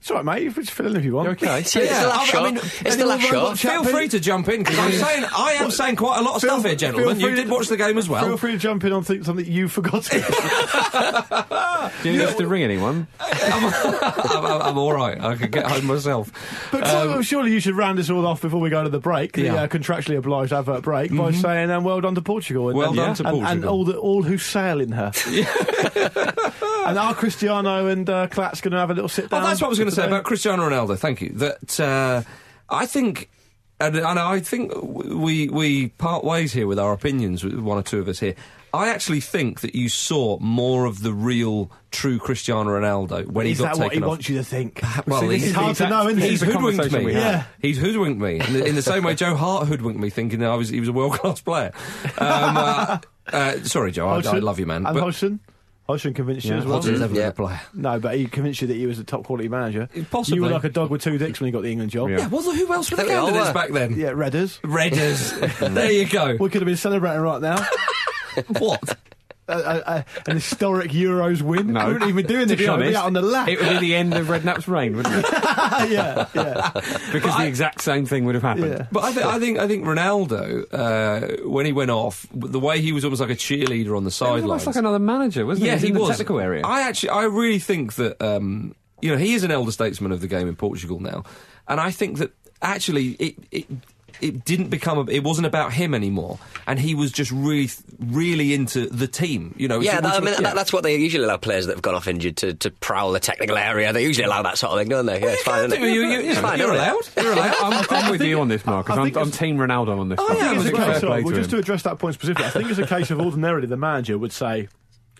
C: it's all right, mate. You can just fill in if you want.
E: okay.
D: So it's the last
A: I- I
D: shot.
A: mean,
D: it's the
A: anyone
D: last
A: robot
D: shot.
C: chat,
A: Feel
C: please?
A: free to jump in because I'm saying I am saying quite a lot of
C: Feel-
A: stuff here,
C: feel
A: gentlemen. You
C: free
A: did
C: to-
A: watch the game as well.
C: Feel free to jump in on th- something you've forgotten.
E: Do you have to ring anyone?
A: I'm, I'm, I'm all right. I could get home myself.
C: But Simon, surely you should round this all off before we go to the break, the
A: Um, Yeah. Mm-hmm.
C: uh, contractually obliged advert break, by saying um, well done to Portugal. And,
A: Well
C: and-
A: done to
C: and- And
A: Portugal.
C: all, the, all who sail in her. and are Cristiano and uh, Klat's going to have a little sit
A: Oh,
C: down?
A: that's what I was going to say
C: today?
A: about Cristiano Ronaldo. Thank you. That uh, I think, and, and I think we we part ways here with our opinions. with One or two of us here. I actually think that you saw more of the real, true Cristiano Ronaldo when
C: Is
A: he got
C: that
A: taken
C: what he
A: off.
C: wants you to think?
A: Well,
C: See, this
A: he's-
C: is hard to know, isn't
A: He's
C: it?
E: the
A: hoodwinked
E: conversation
A: me.
E: we
C: had. Yeah.
A: He's hoodwinked me in the, in the same way Joe Hart hoodwinked me, thinking that I was he was a world class player. Um, uh, uh, sorry, Joe. I, I
C: Hodgson?
A: love you, man.
C: And
A: but-
C: Hodgson? Hodgson convinced you
A: Yeah,
C: as well?
A: Hodgson's never been
D: Yeah.
A: a player.
C: No, but he convinced you that he was a top quality manager.
A: Possibly.
C: You were like a dog with two dicks when he got the England job.
A: Yeah. Well, who else were the
D: They all
A: candidates
D: were.
A: back then?
C: Yeah, Redders.
A: Redders. there you go.
C: We could have been celebrating right now.
A: What?
C: a, a, a, an historic Euros win.
E: No.
C: We wouldn't even be
E: To
C: doing the
E: be
C: show. We'd be
E: honest,
C: out on the lap.
E: It would be the end of Redknapp's reign, wouldn't it?
C: yeah, yeah.
E: Because the exact same thing would have happened.
C: Yeah.
A: But I, th- I think I think Ronaldo uh, when he went off, the way he was almost like a cheerleader on the
E: He
A: sidelines.
E: was almost like another manager, wasn't
A: yeah,
E: he?
A: he
E: in
A: was.
E: the technical area.
A: I actually, I really think that um, you know he is an elder statesman of the game in Portugal now, and I think that actually it. it it didn't become. A, it wasn't about him anymore, and he was just really, really into the team. You know.
D: Yeah,
A: which
D: that, I
A: was-
D: mean, that, that's what they usually allow players that have gone off injured to, to prowl the technical area. They usually allow that sort of thing, don't they? Yeah, it's fine, isn't
A: You,
D: it?
A: you, you,
D: it's fine,
A: you're
D: isn't it?
A: allowed. You're allowed.
E: I'm, I'm with you on this, Marcus.
C: I
E: I'm,
C: think
E: I'm
C: it's-
E: Team Ronaldo on this.
A: I
E: one.
A: am
C: I think
A: as
C: it's a
A: well.
E: Fair
C: case
E: play
C: of, well,
E: to
C: just
E: him.
C: to address that point specifically, I think it's a case of ordinarily the manager would say,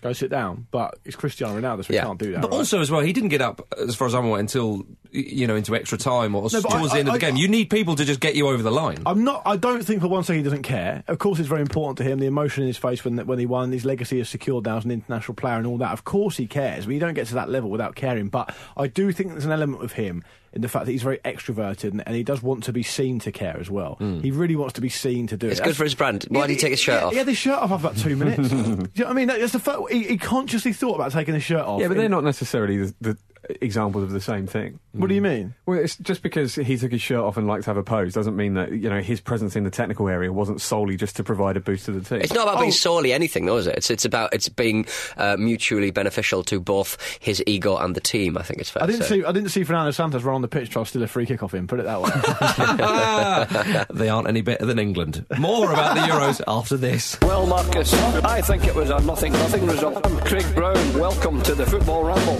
C: go sit down, but it's Cristiano Ronaldo, so we
D: Yeah.
C: can't do that.
A: But
C: right?
A: also as well, he didn't get up, as far as I'm aware, until y- you know into extra time or s-
C: but I-
A: towards the end of
C: I-
A: the
C: I-
A: game. You need people to just get you over the line.
C: I'm not. I don't think for one second he doesn't care. Of course, it's very important to him. The emotion in his face when when he won, his legacy is secured now as an international player and all that. Of course, he cares. But you don't get to that level without caring. But I do think there's an element of him in the fact that he's very extroverted and, and he does want to be seen to care as well. He really wants to be seen to do
D: Hmm. It's
C: it.
D: good for his brand. Why
C: Yeah,
D: did he take his shirt
C: yeah,
D: off?
C: He had his shirt off after about two minutes. do you know what I mean? That- That's the fir- he, he consciously thought about taking his shirt off.
E: Yeah, but they're
C: In-
E: not necessarily the, the examples of the same thing.
C: What
D: Hmm.
C: do you mean?
E: Well, it's just because he took his shirt off and liked to have a pose doesn't mean that you know his presence in the technical area wasn't solely just to provide a boost to the team.
D: It's not about being
C: Oh.
D: solely anything, though, is it? It's, it's about it's being uh, mutually beneficial to both his ego and the team. I think it's fair.
C: I didn't
D: to say.
C: see. I didn't see Fernando Santos run on the pitch. Try to steal a free kick off him. Put it that way. Ah.
A: they aren't any better than England. More about the Euros after this.
F: Well, Marcus, I think it was a nothing nothing result. I'm Craig Brown. Welcome to the Football Ramble.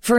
G: For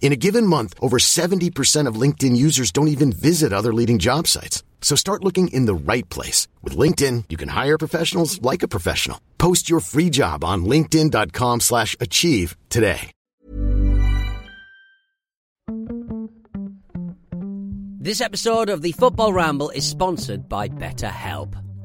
H: In a given month, over 70% of LinkedIn users don't even visit other leading job sites. So start looking in the right place. With LinkedIn, you can hire professionals like a professional. Post your free job on linkedin.com slash achieve today.
I: This episode of the Football Ramble is sponsored by BetterHelp.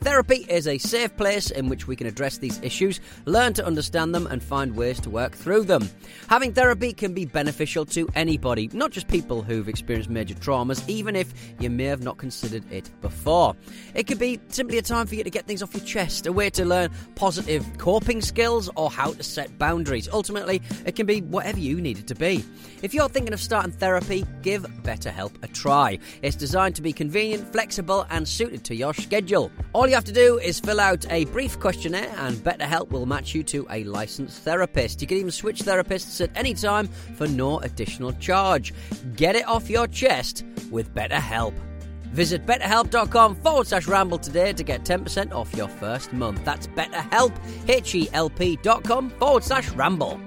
I: Therapy is a safe place in which we can address these issues, learn to understand them, and find ways to work through them. Having therapy can be beneficial to anybody, not just people who've experienced major traumas, even if you may have not considered it before. It could be simply a time for you to get things off your chest, a way to learn positive coping skills or how to set boundaries. Ultimately, it can be whatever you need it to be. If you're thinking of starting therapy, give BetterHelp a try. It's designed to be convenient, flexible, and suited to your schedule. All you have to do is fill out a brief questionnaire, and BetterHelp will match you to a licensed therapist. You can even switch therapists at any time for no additional charge. Get it off your chest with BetterHelp. Visit betterhelp.com forward slash ramble today to get 10% off your first month. That's betterhelp, H E L P.com forward slash ramble.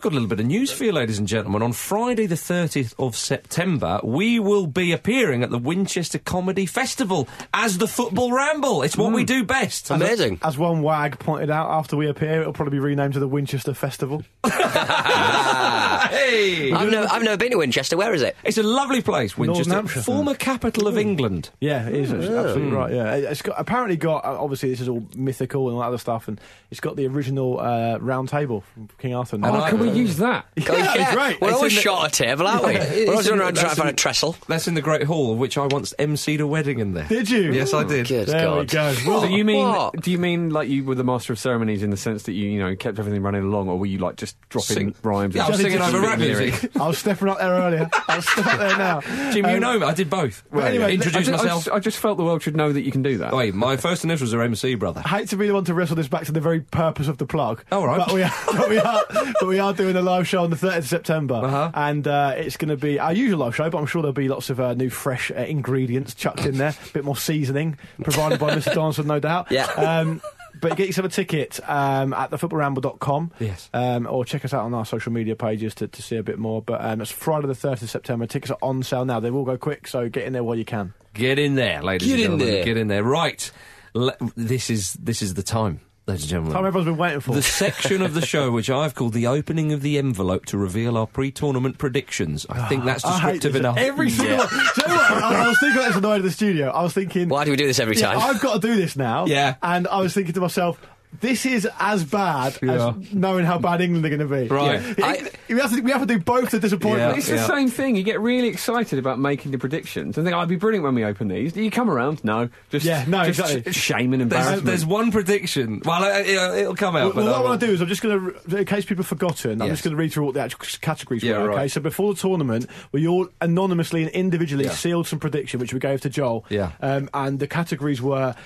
A: Got a little bit of news for you, ladies and gentlemen. On Friday, the 30th of September, we will be appearing at the Winchester Comedy Festival as the Football Ramble. It's what we do best.
C: Mm. As- As, one wag pointed out, after we appear, it'll probably be renamed to the Winchester Festival.
A: hey!
D: I've, never, I've never been to Winchester. Where is it?
A: It's a lovely place, Winchester.
C: Hampshire. Mm.
A: Former capital of England.
C: Yeah, it is. It's
A: Yeah.
E: Mm.
C: absolutely right. Yeah, It- it's got, apparently got. uh, Obviously, this is all mythical and all that other stuff, and it's got the original uh, round table from King Arthur.
E: Oh, can we use that?
D: Oh,
C: Yeah,
D: yeah.
C: it's right.
D: We're
C: It's
D: always
C: in the-
D: short a table, aren't we?
A: It's
D: We're always
A: in
D: running
A: the-
D: around trying
A: that's
D: to find
A: in-
D: a trestle.
A: That's in the Great Hall, of which I once emceed a wedding in there.
C: Did you?
A: Yes, I did.
D: Oh, Good
C: There we
D: God.
C: go.
E: So
C: Well,
E: you mean?
D: What?
E: Do you mean like you were the master of ceremonies in the sense that you, you know, kept everything running along, or were you like just dropping
A: Sing-
E: rhymes?
A: Yeah, I
E: and
A: was
E: just-
A: singing over rap
E: lyric?
A: music.
C: I was stepping up there earlier. I was stepping up there now.
A: Jim, you
C: Um,
A: know me. I did both.
C: Well, anyway,
E: I
A: Introduce
E: just, I
A: myself. Oh,
E: just- I just felt the world should know that you can do that.
A: Wait, my first initials are MC, brother.
C: I hate to be the one to wrestle this back to the very purpose of the plug.
A: Oh, All right.
C: But we are, but we are, but we are doing a live show on the 30th of September.
A: Uh-huh.
C: And uh, it's going to be our usual live show, but I'm sure there'll be lots of uh, new fresh uh, ingredients chucked in there, a bit more seasoning provided by Mr. Donaldson, no doubt.
D: Yeah.
C: Um, but get yourself a ticket um, at thefootballramble.com.
A: Yes.
C: Um, or check us out on our social media pages to, to see a bit more. But um, it's Friday the 30th of September. Tickets are on sale now. They will go quick, so get in there while you can.
A: Get in there, ladies
D: Get
A: and
D: in
A: gentlemen.
D: there.
A: Get in there. Right. Le- this is this is the time, ladies and gentlemen.
C: Time everyone's been waiting for.
A: the section of the show which I've called the opening of the envelope to reveal our pre-tournament predictions. Ah, I think that's
C: I hate
A: descriptive
C: this.
A: enough.
C: Every single one. Do you know what? I, I was thinking that's annoying in the studio. I was thinking,
D: Why do we do this every
C: yeah,
D: time?
C: I've got to do this now.
A: Yeah.
C: And I was thinking to myself, this is as bad
A: Yeah.
C: as knowing how bad England are going to be.
A: Right.
C: Yeah. It- we, have to, we have to do both the disappointment.
E: It's the
A: Yeah.
E: same thing. You get really excited about making the predictions and think, oh, I'd be brilliant when we open these. You come around, no, just
C: Yeah, no,
E: just
C: exactly.
E: sh- shame
A: There's,
E: and embarrassment.
A: there's one prediction. Well, uh, it'll, it'll come out. but
C: Well, what I
A: will-
C: want to do is I'm just going to, in case people have forgotten, I'm
A: Yes.
C: just going to read through what the actual c- categories
A: Yeah,
C: were. Okay,
A: right.
C: so before the tournament, we all anonymously and individually sealed some prediction, which we gave to Joel.
A: Yeah.
C: Um, and the categories were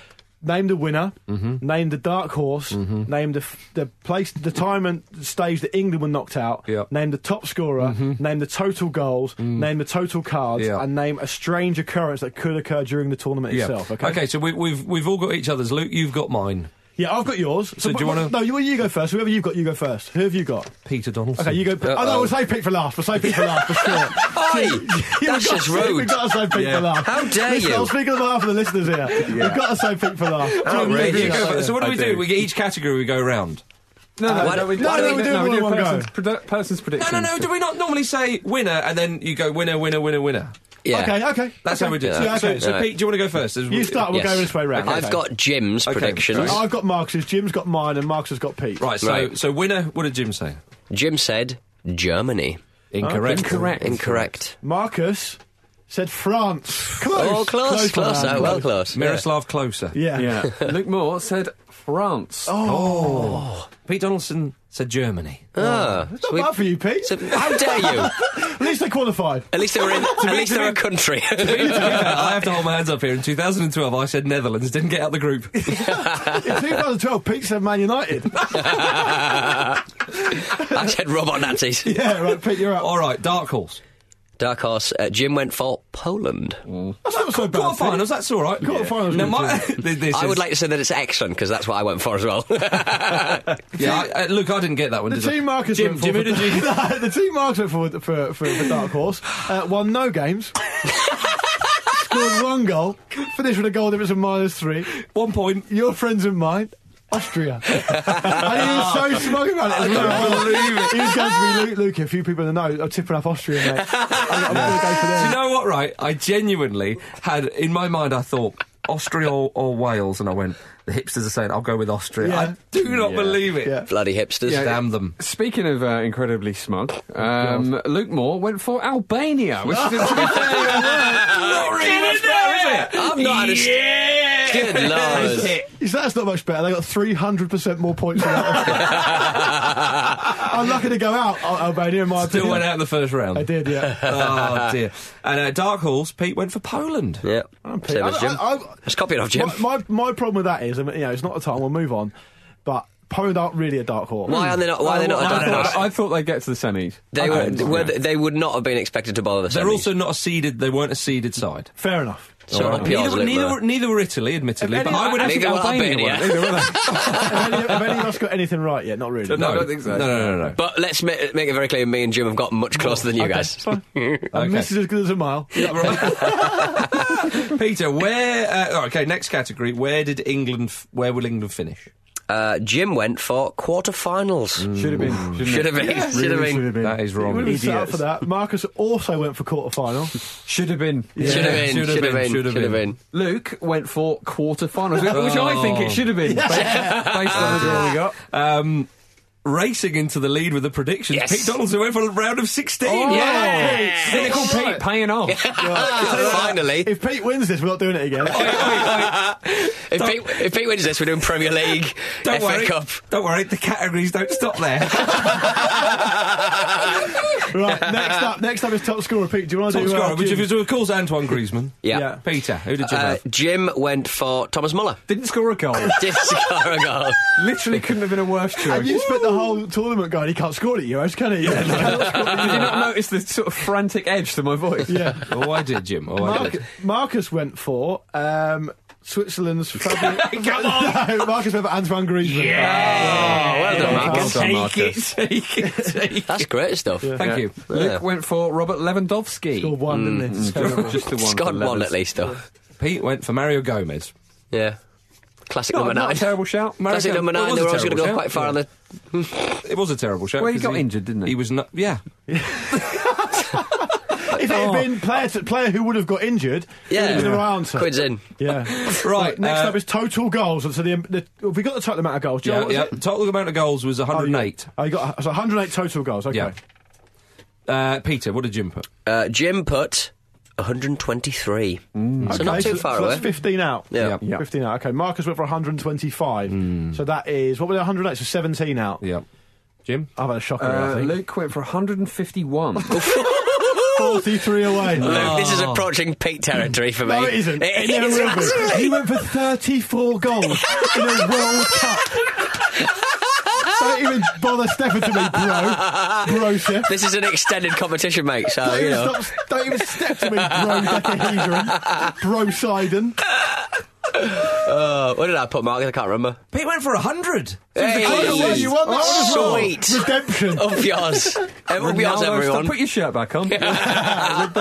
C: name the winner,
A: Mm-hmm.
C: name the dark horse, name the f- the place, the time and stage that England were knocked out,
A: Yeah. Mm-hmm. Mm.
C: name the top scorer, name the total goals, name the total cards,
A: Yeah.
C: and name a strange occurrence that could occur during the tournament
A: Yeah.
C: itself. Okay.
A: so we, we've we've all got each other's. Luke, you've got mine.
C: Yeah, I've got yours. So,
A: do
C: but-
A: you wanna-
C: No, you, you go first. Whoever you've got, you go first. Who have you got?
A: Peter Donaldson. Uh,
C: Okay, you go. Oh, no, we'll save Pete for last. We'll save Pete for last for sure.
D: Oi!
C: Yeah,
D: That's
C: we've got
D: just
C: to save-
D: rude.
C: We've got to save Pete
A: Yeah.
C: for last.
D: How dare
C: Listen,
D: you.
C: I'm speaking on behalf of the listeners here. We've got to save Pete for last. Jim, you agree
A: You
C: with
A: go
C: that,
A: first. So what do
E: I
A: we do?
E: do.
A: We get each category. We go round.
E: no, no,
D: Why
E: no,
D: do-
E: we,
D: why do
E: no,
D: we do
E: no, we
C: it all in one
E: person's,
C: go?
E: produ- person's
A: No,
E: predictions.
A: no, no. Do we not normally say winner and then you go winner, winner, winner, winner?
D: Yeah.
C: Okay, okay.
A: That's
C: okay.
A: how we do it.
C: Yeah,
A: So,
C: okay.
A: so
D: Right.
A: Pete, do you want to go first?
C: You start. We'll
D: Yes.
C: go this way round.
D: I've
C: Okay.
D: got Jim's
A: Okay.
D: predictions.
C: I've got Marcus's. Jim's got mine, and Marcus has got Pete.
A: Right. So,
D: Right.
A: so winner. What did Jim say?
D: Jim said Germany. Oh,
A: Incorrect.
E: Incorrect.
D: Incorrect.
C: Marcus Said France. Close.
D: Oh, close, close.
C: man,
D: Oh, well, close.
A: Miroslav closer.
C: Yeah.
E: Yeah. Luke Moore said France.
A: Oh. Pete Donaldson said Germany.
D: Ah,
C: Not
D: we-
C: bad for you, Pete.
D: so- how dare you?
C: At least they qualified.
D: At least they were in. at least they're a country.
A: I have to hold my hands up here. In 2012, I said Netherlands didn't get out the group.
C: In 2012, Pete said Man United.
D: I said robot Nazis.
C: yeah, right, Pete, you're up.
A: All right, dark horse.
D: Dark horse. Uh, Jim went for Poland.
C: That's not so bad.
A: Quarterfinals. That's all right.
C: Quarterfinals
A: Now,
C: would
A: my- this
D: I
A: is-
D: would like to say that it's excellent because that's what I went for as well.
A: Yeah, I, I- look, I didn't get that one.
C: The
A: did I?
C: team Marcus
A: Jim,
C: went
A: Jim,
C: for,
A: who did you?
C: No, the team Marcus went for for, for, for Dark Horse uh, won no games, scored one goal, finished with a goal difference of minus three.
A: One point.
C: Your friends and mine. Austria. and he was so smug about it as well. He was going to be Luke, Luke. A few people in the know are tipping up Austria, mate. I'm, going to go for
A: Do you
C: them.
A: know what, right? I genuinely had, in my mind, I thought Austria or, or Wales, and I went, the hipsters are saying, I'll go with Austria.
C: Yeah.
A: I do not
E: Yeah.
A: believe it.
C: Yeah.
D: Bloody hipsters.
A: Damn them. Oh,
E: Speaking of uh, incredibly smug, um, Luke Moore went for Albania, which is to be fair, not really much better, is it?
D: I'm not. a st- Good lord.
C: You say that's not much better. They got 300% more points than that. I'm lucky to go out, Al- Albania, in my
A: Still
C: opinion.
A: went out in the first round.
C: I did, yeah.
A: oh, dear. And uh, Dark Horse, Pete went for Poland.
D: Yeah.
C: Pete.
D: Same as Jim.
C: I- I-
D: Let's copy it off Jim.
C: My, my, my problem with that is, I mean, you know, it's not a title. We'll move on. But Poland aren't really a dark horse.
D: Why are they not?
A: Oh,
D: Why are they not a
E: I
D: dark
E: thought-
D: horse?
E: I thought they'd get to the semis.
D: They were, were they, they would not have been expected to bother the
A: They're
D: semis.
A: also not a seeded, they weren't a seeded side.
C: Fair enough.
D: so up
A: Neither,
D: yours, Luke
A: neither,
D: Moore.
A: were, neither were Italy, admittedly,
C: If
A: but
C: any-
A: I would have to
D: Neither
A: go
D: were
A: Albania.
D: Albania.
A: were they?
C: have, any, have any of us got anything right yet? Not really.
A: No, I don't think so. No, no, no, no.
D: But let's ma- make it very clear. Me and Jim have got much closer than you
C: Okay,
D: guys.
C: fine. And This is as good as a mile.
A: Peter, where? Uh, oh, okay, next category. Where did England? F- where will England finish?
D: Uh, Jim went for quarterfinals.
A: Mm.
E: Should have been. shouldn't
D: Should have
E: it?
D: been. should have been.
A: That is wrong.
C: We would have set up
A: Idiots.
C: for that. Marcus also went for quarterfinal.
E: Should have been.
D: Should have
A: Yeah,
D: been.
A: should have
D: Should have
A: been,
D: been.
A: should have
D: Should have been.
E: Luke went for quarterfinals, which I think it should have been, based, based on the draw we got.
A: Um, racing into the lead with the predictions.
D: Yes.
A: Pete Donaldson went for a round of sixteen.
D: Yes.
E: Cynical Oh, Pete paying off.
D: Finally,
C: If Pete wins this, we're not doing it again.
D: if Pete, if Pete wins this, we're doing Premier League,
A: Don't
D: FA
A: worry.
D: Cup.
A: Don't worry. The categories don't stop there.
C: right, next up, next up is top scorer Pete. Do you want to
A: Top
C: do uh,
A: scorer, which
C: Jim?
A: if it was, of course Antoine Griezmann.
D: Yeah.
C: Yeah.
A: Peter, who did you
D: Uh,
A: have?
D: Jim went for Thomas Muller.
E: Didn't score a goal.
D: Did score a goal.
E: Literally couldn't have been a worse
C: And
E: choice.
C: you spent the whole tournament going, he can't score at Euros, can he? Yeah, he cannot score at
E: Did you
C: Euros.
E: not notice the sort of frantic edge to my voice?
C: yeah.
A: Oh, I did, Jim. Oh, I
C: Marcus,
A: did.
C: Marcus went for um, Switzerland's Fabian. Come on! Marcus went for Antoine Griezmann.
D: Oh, well done,
C: Yeah.
D: Marcus.
E: Well done,
A: Take it, take it, take it.
D: That's great stuff.
A: Thank you.
E: Luke
D: Yeah.
E: went for Robert Lewandowski.
C: Scored one, didn't he? Terrible.
E: Just the one.
D: It's
E: for
D: got one
E: Lewis.
D: at least, though.
A: Pete went for Mario Gomez.
D: Yeah. Classic
E: Not,
D: number
E: not a
D: nine.
E: terrible shout. Mario
D: Classic
E: Gomez.
D: number
A: Well, it
D: nine.
A: was
D: They
A: a
D: were always going to
A: terrible
D: go
A: shout,
D: quite far on the.
A: It was a terrible show.
E: Well, he
A: 'cause
E: got injured, didn't he?
A: He was not. Yeah.
C: If it had been player, to, player who would have got injured, it would
D: Yeah.
C: have been the right answer.
D: Quids in.
C: Yeah.
A: Right.
C: Next
A: uh,
C: up is total goals. And so the, the have we got the total amount of goals. Joe,
A: Yeah,
C: what was
A: yeah.
C: it?
A: Total amount of goals was
C: Oh, you-
A: 108.
C: Oh, you got so 108 total goals. Okay.
A: Yeah. Uh, Peter, what did Jim put?
D: Uh, Jim put 123. So not
C: Mm. Okay,
D: too
C: so-
D: far
C: so
D: away.
C: That's 15 out.
D: Yeah. Yeah.
A: Yeah.
C: 15 out. Okay. Marcus went for 125. So that is what were they 108? So 17 out.
A: Yeah. Jim?
C: I've had a shocker. Oh, I
E: Uh,
C: think.
E: Luke went for 151.
C: 43 away.
D: Luke, this is approaching peak territory for me.
C: No, it isn't. It, never
D: is,
C: will be.
D: absolutely.
C: He went for 34 goals in a World Cup. Don't even bother stepping to me, bro. Bro, sir.
D: This is an extended competition, mate. So
B: uh,
C: Don't
D: you
C: even,
D: know.
C: stop, don't even step to me, bro decahedron, bro Sidon.
D: Uh, what did I put, Mark? I can't remember.
A: Pete went for 100.
D: Hey,
C: Oh, well, you won that one as well.
D: sweet.
C: Redemption.
B: Oh,
D: Up yours. It will be yours,
E: Ronaldo,
D: everyone.
E: Put your shirt back on.
C: Redemption.
A: Right,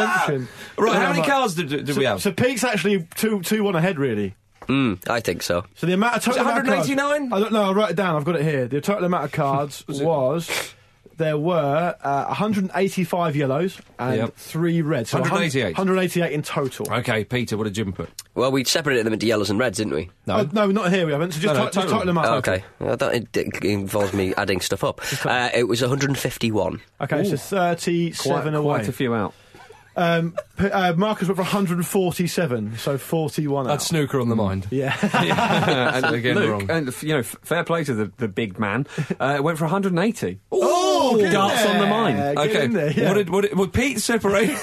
A: how
C: Yeah,
A: many
C: but-
A: cards did, did we have?
C: So Pete's actually two two one ahead really.
D: Mm, I think so.
C: So the amount of
A: Was
C: total
A: it
C: amount of cards-
A: 189?
C: I don't know. I wrote it down. I've got it here. The total amount of cards was, there were uh, 185 yellows and
A: Yep.
C: three reds. So
A: 188.
C: 188 in total.
A: okay, Peter, what did Jim put?
D: Well, we separated them into yellows and reds, didn't we?
A: No.
C: Uh, no, not here. We haven't. So just,
A: No, no,
C: to- just
A: total.
C: total amount.
D: Oh, okay. Well, that it, it involves me adding stuff up. Uh, it was 151.
C: Okay. So 37
E: Quite,
C: away.
E: quite a few out.
C: Um, p- uh, Marcus went for 147, so 41
A: That's
C: out.
A: snooker on the mind.
C: Yeah.
A: and again,
E: Luke,
A: wrong.
E: and, you know, f- fair play to the, the big man. Uh, it went for 180.
C: Oh, get in
E: darts on the
C: there,
E: mind.
C: get
A: Okay.
C: in there, yeah.
A: What did what did, would Pete separate?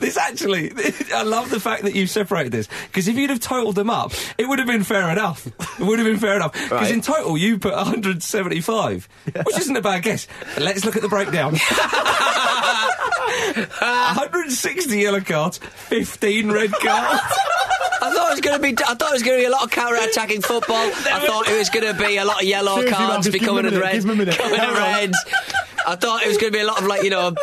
A: This actually, I love the fact that you separated this because if you'd have totaled them up, it would have been fair enough. It would have been fair enough because in total you put 175, which isn't a bad guess. Let's look at the breakdown. 160 yellow cards, 15 red cards.
D: I thought it was going to be. I thought it was going to be a lot of counter-attacking football. I thought it was going to be a lot of yellow
C: Seriously,
D: cards
C: Marcus, give
D: becoming
C: him a
D: red,
C: minute, give him a minute.
D: becoming
C: Hang on.
D: reds. I thought it was going to be a lot of like you know,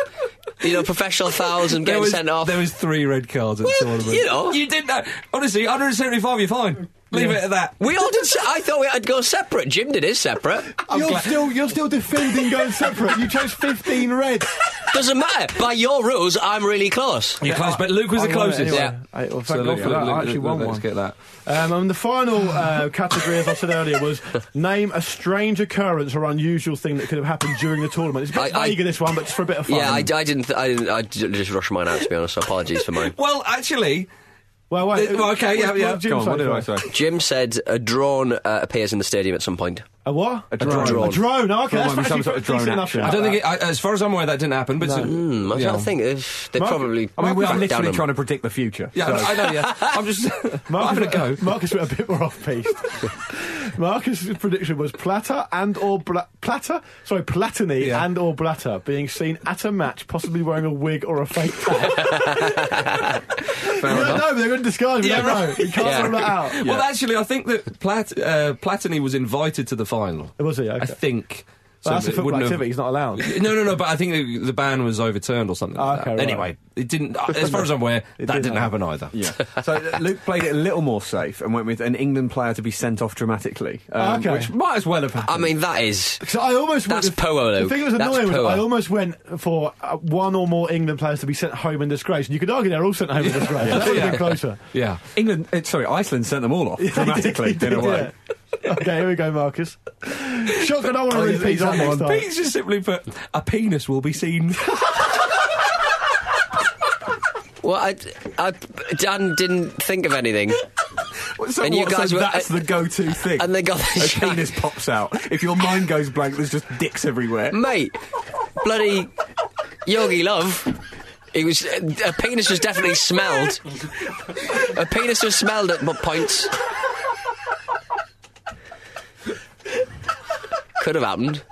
D: you know, professional fouls and
A: there
D: getting
A: was,
D: sent off.
A: There was three red cards at the tournament.
D: you know.
A: you did that. Honestly, 175, you're fine. Leave it at that.
D: We all did. Se- I thought we had to go separate. Jim did his separate.
C: you're, still, you're still defending going separate. You chose 15 reds.
D: Doesn't matter. By your rules, I'm really close.
A: You're close, but Luke was
C: I
A: the
C: won it
A: closest.
C: anyway.
D: Yeah.
C: I, well, thank
A: So
C: God
A: Luke,
C: for that. I
A: Luke,
C: actually
A: Luke,
C: won
A: let's
C: one.
A: get that.
C: Um, and the final uh, category, as I said earlier, was name a strange occurrence or unusual thing that could have happened during the tournament. It's a bit
D: I- I-
C: vague this one, but just for a bit of fun.
D: Yeah, I, I didn't. Th- I didn't. I j- just rushed mine out to be honest. So apologies for mine.
A: Well, actually,
C: well, wait.
A: Uh, well, okay, yeah,
C: what-
A: yeah.
C: what Jim
A: Go on, what
C: say
A: did I
C: first?
D: Jim said a drone uh, appears in the stadium at some point.
C: A what? A
D: drone.
C: A drone. Oh, okay,
E: Drone,
C: that's
E: some
C: actually
E: sort of
C: decent
E: drone
C: enough
E: action.
C: shout.
A: I don't think, it, I, as far as I'm aware, that didn't happen. But
D: Hmm, I'm
A: Yeah.
D: trying to think. If they
C: Mark-
D: probably.
E: I mean, we are
D: down
E: literally
D: them.
E: trying to predict the future.
A: yeah,
E: so-
A: I know. Yeah, I'm just I'm
C: Marcus,
A: having a go.
C: went- Marcus went a bit more off piste. Marcus's prediction was Plata and or Bla- Plata, sorry, Platini
A: Yeah.
C: and or Blatter being seen at a match, possibly wearing a wig or a fake tie. we don't know. but They're in disguise. We
A: Yeah,
C: don't
A: right.
C: know. We can't
D: Yeah.
C: rule that out.
A: Well, actually, I think that Plat, uh, Platini was invited to the final.
E: Oh,
C: Was he? Okay.
A: I think.
C: Well, that's a
A: it
C: football
A: wouldn't have-
C: activity. He's not allowed.
A: No, no, no. But I think the, the ban was overturned or something.
E: Ah,
A: like that.
C: Okay, right.
A: Anyway, it didn't. uh, As far as I'm aware, that
C: didn't
A: didn't happen either.
C: happen.
E: Yeah. So uh, Luke played it a little more safe and went with an England player to be sent off dramatically,
D: Oh,
E: um,
C: Okay.
E: which might as well have happened.
D: I mean, that is.
C: So I almost
D: That's
C: went,
D: poor,
C: The
D: Luke.
C: thing that was
D: That's
C: annoying was
D: poor.
C: I almost went for uh, one or more England players to be sent home in disgrace. And you could argue they're all sent home in disgrace. That would have been closer.
A: Yeah.
E: England, uh, sorry, Iceland sent them all off dramatically
C: They did,
E: in a way.
C: yeah. okay, here we go, Marcus. Shotgun, I want to
E: Oh, he's-
C: repeat
E: he's
C: that
E: on
C: next
E: one.
C: time.
A: Pete's just simply put a penis will be seen.
D: Well, I, I, Dan didn't think of anything,
E: So
D: And you
E: what, so
D: guys were-
E: that's
D: uh,
E: the go-to thing.
D: and they got
E: a
D: this
E: penis pops out. If your mind goes blank, there's just dicks everywhere.
D: mate. Bloody Yogi Love. It was a penis was definitely smelled. A penis was smelled at what points. Could have happened.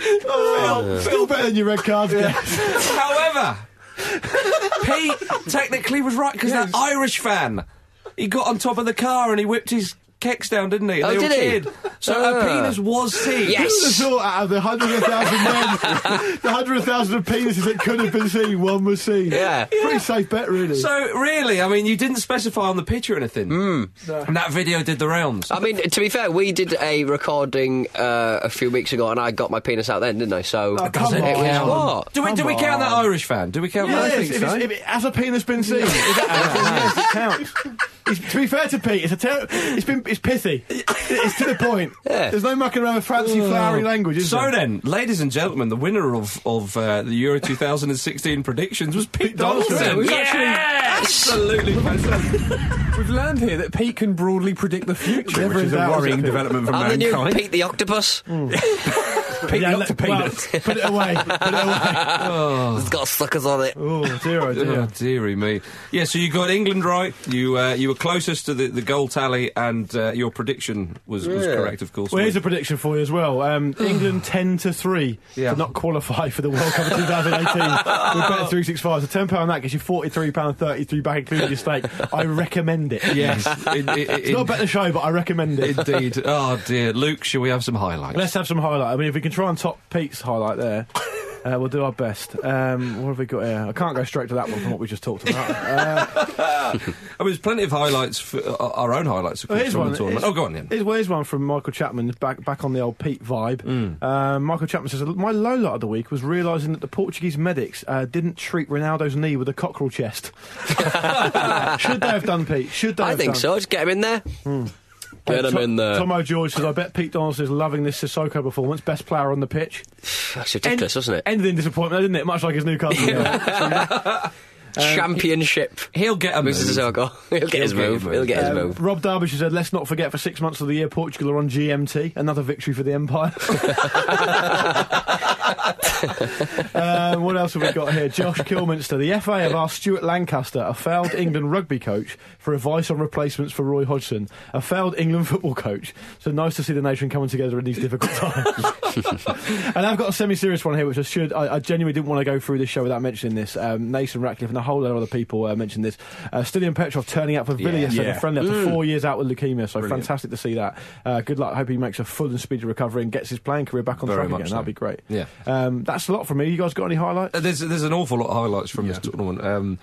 C: Still better than your red cards. Yeah.
A: However, Pete technically was right because that Irish fan, he got on top of the car and he whipped his kicks down, didn't he? And
D: Oh,
A: they all
D: did he?
A: cheered. So a
D: Ah.
A: penis was seen.
D: Yes.
C: Who would have thought out of the hundred thousand men, the hundred thousand of penises that could have been seen, one was seen.
D: Yeah.
C: Pretty safe bet, really.
A: So really, I mean, you didn't specify on the picture anything,
D: Hmm.
A: and that video did the rounds.
D: I mean, to be fair, we did a recording uh, a few weeks ago, and I got my penis out then, didn't I? So
C: Oh, come
D: it was
C: on.
D: what?
A: do we do we
C: come
A: count that
C: on.
A: Irish fan? Do we count?
C: Yes,
A: that?
C: if it's- if it has a penis been seen? Is it- yes, it counts. It's- to be fair to Pete, it's a ter- it's been it's pithy. It's to the point.
D: Yeah.
C: There's no mucking around with fancy flowery
D: Hmm.
C: language. Is
A: So
C: there?
A: then, ladies and gentlemen, the winner of of uh, the Euro 2016 predictions was Pete
C: Donaldson.
A: Donaldson.
C: It was
A: absolutely fantastic.
E: We've learned here that Pete can broadly predict the future,
C: Never
E: which is
C: in
E: a
C: doubt,
E: worrying
C: exactly.
E: development for
D: I'm the new
E: mankind.
D: Pete the Octopus.
E: Pete
C: Yeah,
E: the
C: let-
E: Octopus.
C: well, put it away. Put it away.
D: It's got suckers on it.
C: Oh dear, oh
A: Oh,
C: dear.
A: dearie me. Yeah, so you got England right. You uh, you were closest to the, the goal tally, and uh, your prediction was, was correct, of course.
C: Well, here's a prediction for you as well. Um, England 10 to 3
A: Yeah.
C: to not qualify for the World Cup of 2018 with bet 365. So £10 that gets you £43.33 back, including your stake. I recommend it.
A: yes, in- in-
C: It's not a better show, but I recommend it.
A: indeed. Oh dear, Luke, shall we have some highlights?
C: Let's have some highlight. I mean, if we can try and top Pete's highlight there, uh, we'll do our best. Um, what have we got here? I can't go straight to that one from what we just talked about. Uh,
A: I mean, there's plenty of highlights for uh, our own highlights, of
C: well,
A: course,
C: here's
A: from
C: one.
A: the tournament.
C: Here's-
A: oh, go on then.
C: Here's, well, here's one from Michael Chapman, back back on the old Pete vibe.
D: Mm.
C: Um, Michael Chapman says, My low light of the week was realising that the Portuguese medics uh, didn't treat Ronaldo's knee with a cockerel chest. Should they have done, Pete? Should they
D: I
C: have done?
D: think Hmm. so. Just get him in there. Get
C: Uh,
D: him
C: Tom-
D: in there.
C: Tomo George says, I bet Pete Donaldson is loving this Sissoko performance. Best player on the pitch.
D: That's ridiculous, wasn't it?
C: Ended in disappointment, didn't it? Much like his Newcastle.
D: Championship.
A: He'll get a
D: move. Sissoko. He'll get his move. He'll get his
C: Um,
D: move.
C: Rob Derbyshire said, let's not forget for six months of the year, Portugal are on GMT. Another victory for the Empire. um, what else have we got here? Josh Kilminster. The FA have asked Stuart Lancaster, a failed England rugby coach, for advice on replacements for Roy Hodgson, a failed England football coach. So nice to see the nation coming together in these difficult times. and I've got a semi-serious one here, which I should. I, I genuinely didn't want to go through this show without mentioning this. Um, Nathan Ratcliffe and a whole lot of other people uh, mentioned this. Uh, Stylian Petrov turning up for Villa
A: Yeah.
C: yesterday,
A: Yeah.
C: the friendly after
A: Mm.
C: four years out with leukemia. So
A: Brilliant.
C: fantastic to see that. Uh, good luck. Hope he makes a full and speedy recovery and gets his playing career back on
A: Very
C: track
A: much
C: again.
A: so.
C: That'd be great.
A: Yeah.
C: Um, that's a lot from me. You guys got any highlights?
A: Uh, There's there's an awful lot of highlights from this tournament. Um,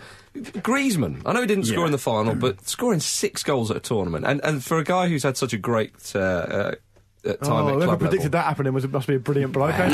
A: Griezmann, I know he didn't score in the
C: Mm.
A: final, but scoring six goals at a tournament, and and for a guy who's had such a great uh, uh, uh, time
C: oh,
A: at
C: whoever
A: club level,
C: predicted that happening was must be a brilliant bloke. ain't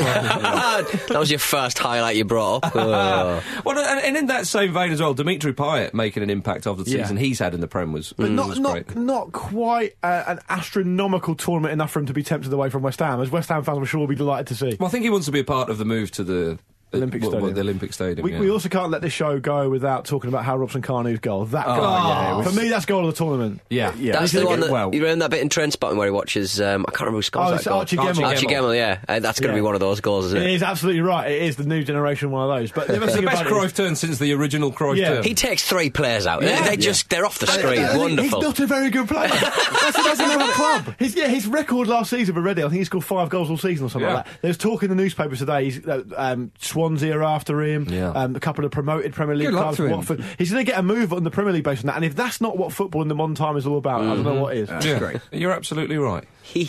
D: Um,
C: they?
D: that was your first highlight you brought up. Oh.
A: Well, and, and in that same vein as well, Dimitri Payet making an impact after the
C: Yeah.
A: season he's had in the Prem was, mm,
C: But
A: was
C: not,
A: great.
C: not, not quite uh, an astronomical tournament enough for him to be tempted away from West Ham, as West Ham fans I'm sure will be delighted to see.
A: Well, I think he wants to be a part of the move to the uh,
C: Olympic
A: well, well,
C: Stadium.
A: the Olympic Stadium.
C: We,
A: yeah.
C: we also can't let this show go without talking about how Robson Carney's goal. That
A: Oh,
C: goal.
A: yeah, it was-
C: For me, that's goal of the tournament.
A: yeah.
D: That's
C: He's
D: the
C: gonna
D: one
C: get-
D: that you remember that bit in Train Spotting where he watches. Um, I can't remember who scores
C: Oh,
D: that
C: it's
D: goal.
C: Archie Gemmell.
D: Archie Gemmell, yeah, Uh, that's going to
C: Yeah.
D: be one of those goals, isn't
C: It
D: it?
C: is absolutely right. It is the new generation one of those. But the,
A: It's
C: best
A: the
C: thing
A: best
C: about it is-
A: Cruyff turn since the original Cruyff
C: Yeah.
A: turn.
D: He takes three players out.
A: Yeah.
D: They
A: Yeah.
D: just they're off the
C: And-
D: screen.
C: and uh, he-
D: Wonderful.
C: He's not a very good player. That's he doesn't have a club. His, yeah, his record last season already. I think he scored five goals all season or something
A: Yeah.
C: like that. There's talk in the newspapers today. He's, uh, um, Swansea are after him.
A: Yeah.
C: Um, a couple of promoted Premier League
E: Good luck
C: clubs.
E: to him.
C: Watford. He's going to get a move on the Premier League based on that. And if that's not what football in the modern time is all about, I don't know what is.
A: Mm-hmm. Yeah. You're absolutely right.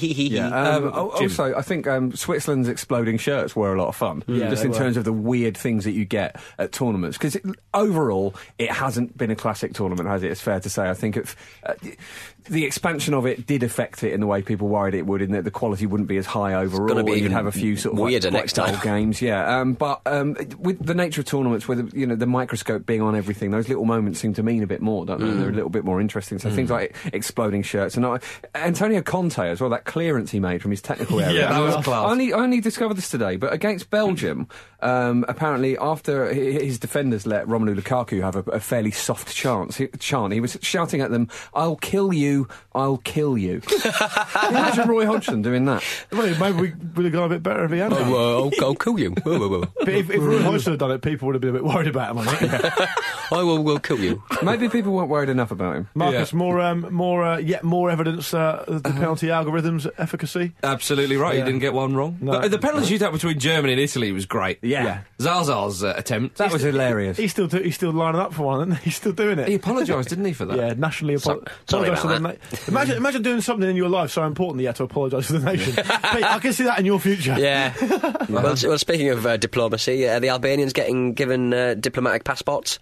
E: Um, al-
C: Jim.
E: also, I think um, Switzerland's exploding shirts were a lot of fun,
C: Yeah,
E: just
C: they
E: in
C: were.
E: terms of the weird things that you get at tournaments. Because overall, it hasn't been a classic tournament, has it? It's fair to say. I think it, uh, the expansion of it did affect it in the way people worried it would, in that the quality wouldn't be as high overall.
D: gonna be
E: and you'd
D: even
E: have a few sort of
D: weirder
E: like,
D: next
E: quite dull
D: time.
E: games, yeah. Um, but um, with the nature of tournaments, where the, you know the microscope being on everything, those little moments seem to mean a bit more, don't they?
A: Mm.
E: They're a little bit more interesting. So things like exploding shirts and I, Antonio Conte as well. That clearance he made from his technical area.
A: Yeah, that was class.
E: I only, I only discovered this today, but against Belgium, um, apparently after hi- his defenders let Romelu Lukaku have a, a fairly soft chance, he, chant, he was shouting at them, "I'll kill you, I'll kill you." Imagine Roy Hodgson doing that.
C: Well, maybe we would have gone a bit better if he hadn't.
D: Oh, well, I'll, I'll kill you. Whoa, whoa, whoa.
C: But if, if Roy Hodgson had done it, people would have been a bit worried about him. I think.
D: I will, will kill you.
E: Maybe people weren't worried enough about him.
C: Marcus, more, um, more, uh, yet more evidence uh, of
D: Uh-huh.
C: the penalty algorithm's efficacy.
A: Absolutely right. You didn't get one wrong.
C: No.
A: But the penalty shootout between Germany and Italy was great.
E: Yeah. Yeah.
A: Zaza's uh, attempt.
E: That was hilarious.
C: He's still, do- he's still lining up for one, and he's still doing it.
A: He apologised, didn't he, for that?
C: Yeah, nationally apo-
D: sorry
C: apologise to
D: about
C: the na- imagine, imagine doing something in your life so important that you had to apologise to the nation. Pete, I can see that in your future.
D: Yeah. Well, s- well, speaking of uh, diplomacy, uh, the Albanians getting given uh, diplomatic passports.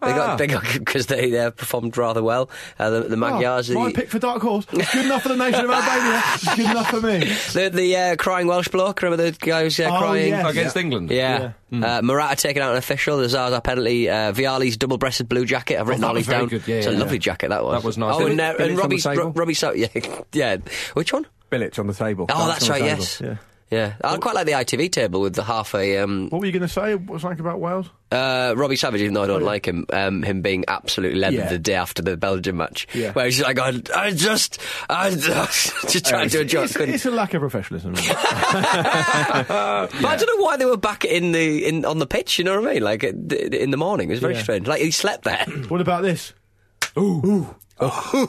D: They
A: Ah.
D: got they got because they uh, performed rather well. Uh, the, the
C: Oh,
D: Magyars,
C: my
D: the-
C: pick for Dark Horse. It's good enough for the nation of Albania. It's good enough for me.
D: the, the uh, crying Welsh bloke. Remember the guy who's uh,
C: Oh,
D: crying?
C: yes.
A: Against England.
D: Yeah.
A: Hmm.
D: Uh, Murata taking out an official, the Zaza penalty, uh, Viali's double breasted blue jacket. I've written
A: Oh, that
D: all
A: was
D: these
A: very
D: down.
A: good, yeah,
D: it's a
A: yeah,
D: lovely
A: yeah.
D: jacket, that was.
A: That was nice.
D: Oh, and,
A: Did
D: uh,
A: it- did it
D: and
A: on
D: Robbie's,
A: the
D: Ro-
A: table?
D: Robbie's, yeah, yeah. Which one?
E: Billets on the table.
D: Oh,
E: Dance
D: that's
E: on
D: right,
E: the table.
D: yes. Yeah. I quite like the ITV table with the half a um,
C: What were you going to say? What's like about Wales?
D: uh, Robbie Savage, even though I
A: Oh,
D: don't like him, um, him being absolutely leathered
C: Yeah.
D: the day after the Belgium match,
C: Yeah.
D: where he's just like, I, I just, I just tried to enjoy. it,
C: It's,
D: couldn't.
C: it's a lack of professionalism. really.
D: But I don't know why they were back in the in on the pitch. You know what I mean? Like uh, d- in the morning, it was very
C: Yeah.
D: strange. Like he slept there.
C: what about this?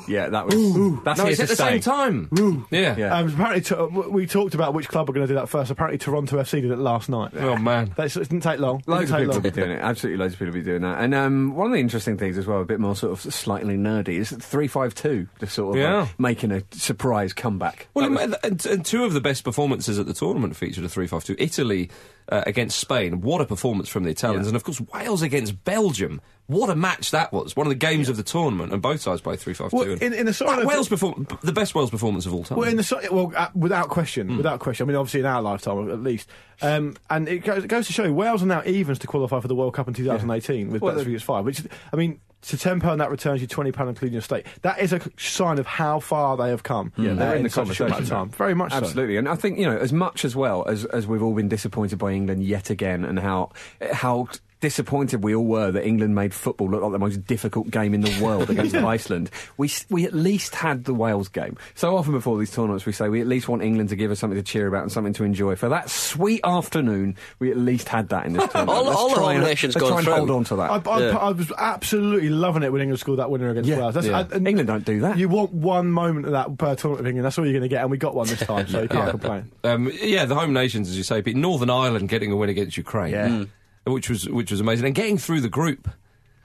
E: Yeah, that was. That's
A: No,
E: here
A: it's
E: to
A: at the
E: stay.
A: same time. Yeah.
E: Yeah.
C: Um, apparently, to- w- we talked about which club were going to do that first. Apparently, Toronto FC did it last night.
A: Oh, man.
C: That's, it didn't take long.
E: Loads
C: didn't
E: of
C: take
E: people
C: long.
E: will be doing it. Absolutely, loads of people will be doing that. And um, one of the interesting things as well, a bit more sort of slightly nerdy, is three five two, just sort of
A: Yeah.
E: like, making a surprise comeback.
A: Well,
E: That was-
A: and- and, and two of the best performances at the tournament featured a 3 5 2. Italy uh, against Spain. What a performance from the Italians. And of course, Wales against Belgium. What a match that was. One of the games of the tournament, and both sides played 3 5
C: Well,
A: 2.
C: in- in a sort of-
A: Wales perform- the best Wales performance of all time.
C: Well, in the so- well, uh, without
E: Hmm.
C: question, without question. I mean, obviously in our lifetime at least. Um, and it goes, it goes to show Wales are now evens to qualify for the World Cup in 2018 with
E: Well,
C: bets
E: they-
C: against five. Which is- I mean, So ten pound that returns you twenty pound including your stake. That is a c- sign of how far they have come.
E: Yeah,
D: Mm.
C: uh,
E: they're in the
C: such a short
E: conversation.
C: amount of time. Very much so.
E: Absolutely. And I think, you know, as much as well as, as we've all been disappointed by England yet again and how how disappointed we all were that England made football look like the most difficult game in the world against Iceland, we, s- we at least had the Wales game. So often before these tournaments we say we at least want England to give us something to cheer about and something to enjoy. For that sweet afternoon, we at least had that in this tournament.
D: All-
E: Let's
D: all the
E: try
D: whole
E: and-
D: nation's
E: let's
D: gone
E: try and
D: through.
E: hold on to that.
C: I, I, I was absolutely loving it when England scored that winner against
E: Yeah,
C: Wales.
E: yeah.
C: I- and
E: England don't do that.
C: You want one moment of that per tournament of England. That's all you're going to get, and we got one this time, so you can't complain.
A: Um, yeah, the home nations, as you say, but Northern Ireland getting a win against Ukraine,
C: Yeah. Mm.
A: which was which was amazing, and getting through the group,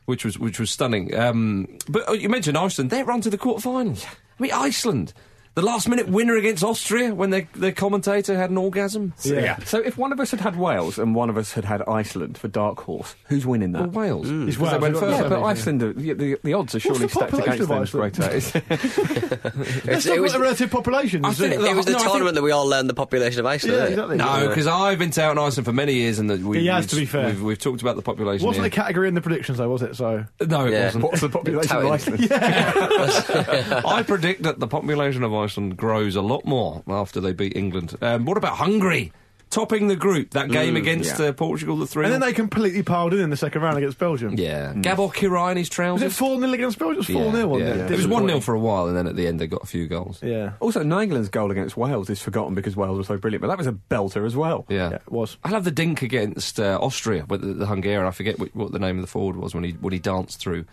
A: which was which was stunning. Um, but oh, you mentioned Iceland; they're on to the quarterfinals. I mean, Iceland, the last minute winner against Austria when their their commentator had an orgasm.
E: So, yeah. So if one of us had had Wales and one of us had had Iceland for Dark Horse, who's winning that?
A: Well, Wales.
C: It's
A: 'Cause
C: Wales,
A: They went
C: they've got
A: first.
E: Yeah,
C: Yeah.
E: but Iceland, are, the, the, the odds are
C: What's
E: surely
C: the
E: stacked
C: population
E: against
C: of
E: them.
C: Iceland?
E: Greater. It's-
C: Let's talk
D: it
C: about
D: was-
C: the relative populations.
A: I
C: is
A: think
C: it?
A: No,
D: It was the
A: no, I think-
D: tournament that we all learned the population of Iceland.
C: Yeah,
D: isn't it?
C: exactly.
A: No, because Oh, I've been touting Iceland for many years, and that we,
C: He has,
A: we-
C: to be fair.
A: we've, we've talked about the population.
C: wasn't a
A: here.
C: category in the predictions though, was it? So
A: no, it
D: Yeah.
A: wasn't.
E: What's the population of
D: Touted.
E: Iceland?
A: I predict that the population of Iceland grows a lot more after they beat England. Um, what about Hungary? Topping the group, that game against
E: yeah.
A: uh, Portugal, the three.
C: and then they completely piled in in the second round against Belgium.
A: yeah, Gabor Kirai in his
C: Was it
A: trousers.
C: four 0 against Belgium? It was
A: Yeah,
C: four 0
A: yeah. It was one 0 for a while, and then at the end they got a few goals.
C: Yeah.
E: Also, Nigeland's goal against Wales is forgotten because Wales was so brilliant, but that was a belter as well.
A: Yeah.
C: Yeah, it was.
A: I'll have the dink against uh, Austria, but the, the Hungarian. I forget what, what the name of the forward was when he when he danced through,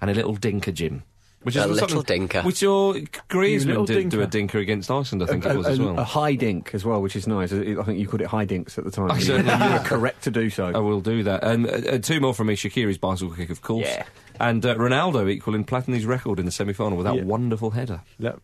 A: and a little dinker, Jim. Which
D: A
A: something-
D: little dinker.
A: Which your
C: little
A: Griezmann did do a dinker against Iceland, I think
E: a,
A: it was as
E: a-
A: well.
E: a high dink as well, which is nice. I I think you called it high dinks at the time.
A: I
E: You-
A: certainly
E: you
A: did.
E: were correct to do
A: I
E: so.
A: will do that. And uh, uh, two more from me. Shakiri's bicycle kick, of course.
E: Yeah.
A: And uh, Ronaldo equaling Platini's record in the semi-final with that
C: Yeah.
A: wonderful header.
C: Yep.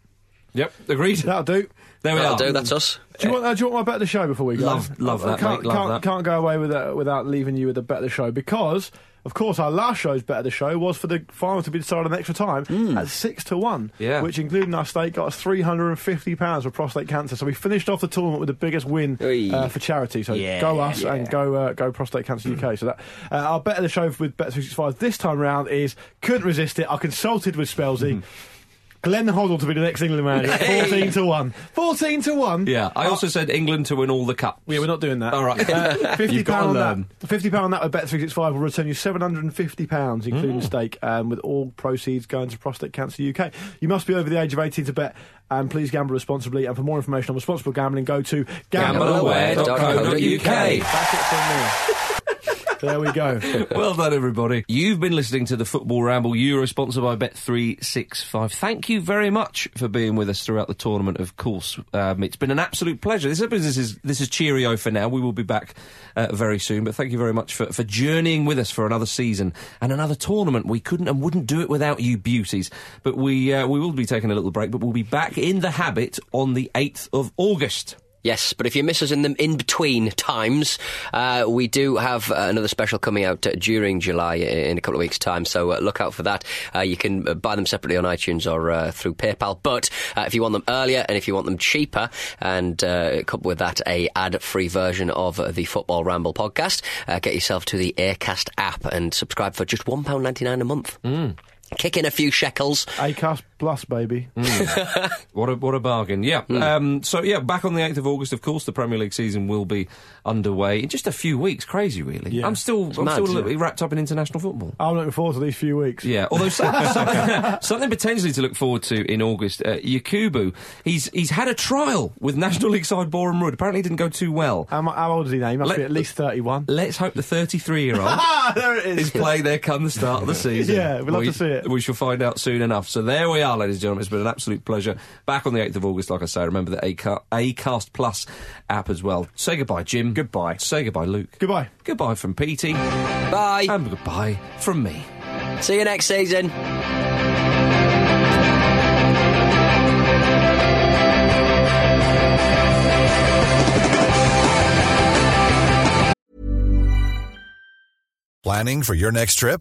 A: Yep, agreed.
C: That'll do.
A: There we
D: That'll
A: are.
D: do, that's us.
C: Do you want? Uh, do you want my bet of the show before we go?
A: Love- love
C: I
A: that,
C: Can't,
A: mate, love
C: can't,
A: that.
C: can't go away with that without leaving you with the bet of the show because, of course, our last show's bet of the show was for the final to be decided in extra time at six to one.
A: Hmm. Yeah.
C: Which, including our stake, got us three hundred and fifty pounds for prostate cancer. So we finished off the tournament with the biggest win
D: Oi.
C: uh, for charity. So
D: Yeah,
C: go us and go uh, go prostate cancer UK. So that uh, our bet of the show with bet three six five this time round is couldn't resist it. I consulted with
A: Hmm.
C: Spelzy. Glenn Hoddle to be the next England manager. 14 to 1. 14 to 1.
A: Yeah, I also said England to win all the cups.
C: Yeah, we're not doing that.
A: All right.
C: Uh, fifty
E: You've gotta
C: pound on
E: learn.
C: that. Fifty pound on that with Bet three six five will return you seven hundred and fifty pounds, including stake, um, with all proceeds going to Prostate Cancer UK. You must be over the age of eighteen to bet, and please gamble responsibly. And for more information on responsible gambling, go to
A: GambleAware.co.uk.
C: That's it from me. there we go.
A: well done, everybody. You've been listening to the Football Ramble Euro, sponsored by Bet365. Thank you very much for being with us throughout the tournament, of course. Um, it's been an absolute pleasure. This is, this is, this is cheerio for now. We will be back uh, very soon. But thank you very much for, for journeying with us for another season and another tournament. We couldn't and wouldn't do it without you beauties. But we, uh, we will be taking a little break, but we'll be back in the habit on the 8th of August.
D: Yes, but if you miss us in the in between times, uh, we do have uh, another special coming out uh, during July i- in a couple of weeks' time. So uh, look out for that. Uh, you can uh, buy them separately on iTunes or uh, through PayPal. But uh, if you want them earlier and if you want them cheaper, and uh, couple with that a ad-free version of uh, the Football Ramble podcast, uh, get yourself to the Aircast app and subscribe for just one pound ninety nine a month. Kick in a few shekels.
C: Acast Plus, baby.
A: What a what a bargain! Yeah.
D: Hmm.
A: Um, so yeah, back on the eighth of August, of course, the Premier League season will be underway in just a few weeks. Crazy, really. I'm still I'm
D: mad,
A: still a
D: yeah.
A: little bit wrapped up in international football.
C: I'm looking forward to these few weeks.
A: Yeah, although some- some- something potentially to look forward to in August. Uh, Yakubu, he's he's had a trial with National League side Boreham Wood. Apparently, it didn't go too well.
C: How, mu- how old is he now? He must
A: Let-
C: be at least thirty-one.
A: Let's hope the 33 year old
C: Ah, there it
A: is
C: is.
A: playing there come the start of the season.
C: Yeah, we'd love
A: We-
C: to see it.
A: We shall find out soon enough. So there we are, ladies and gentlemen. It's been an absolute pleasure. Back on the 8th of August, like I say, remember the Aca- Acast Plus app as well. Say goodbye, Jim. Goodbye. Say goodbye, Luke.
C: Goodbye.
A: Goodbye from Petey.
D: Bye.
A: And goodbye from me.
D: See you next season.
J: Planning for your next trip?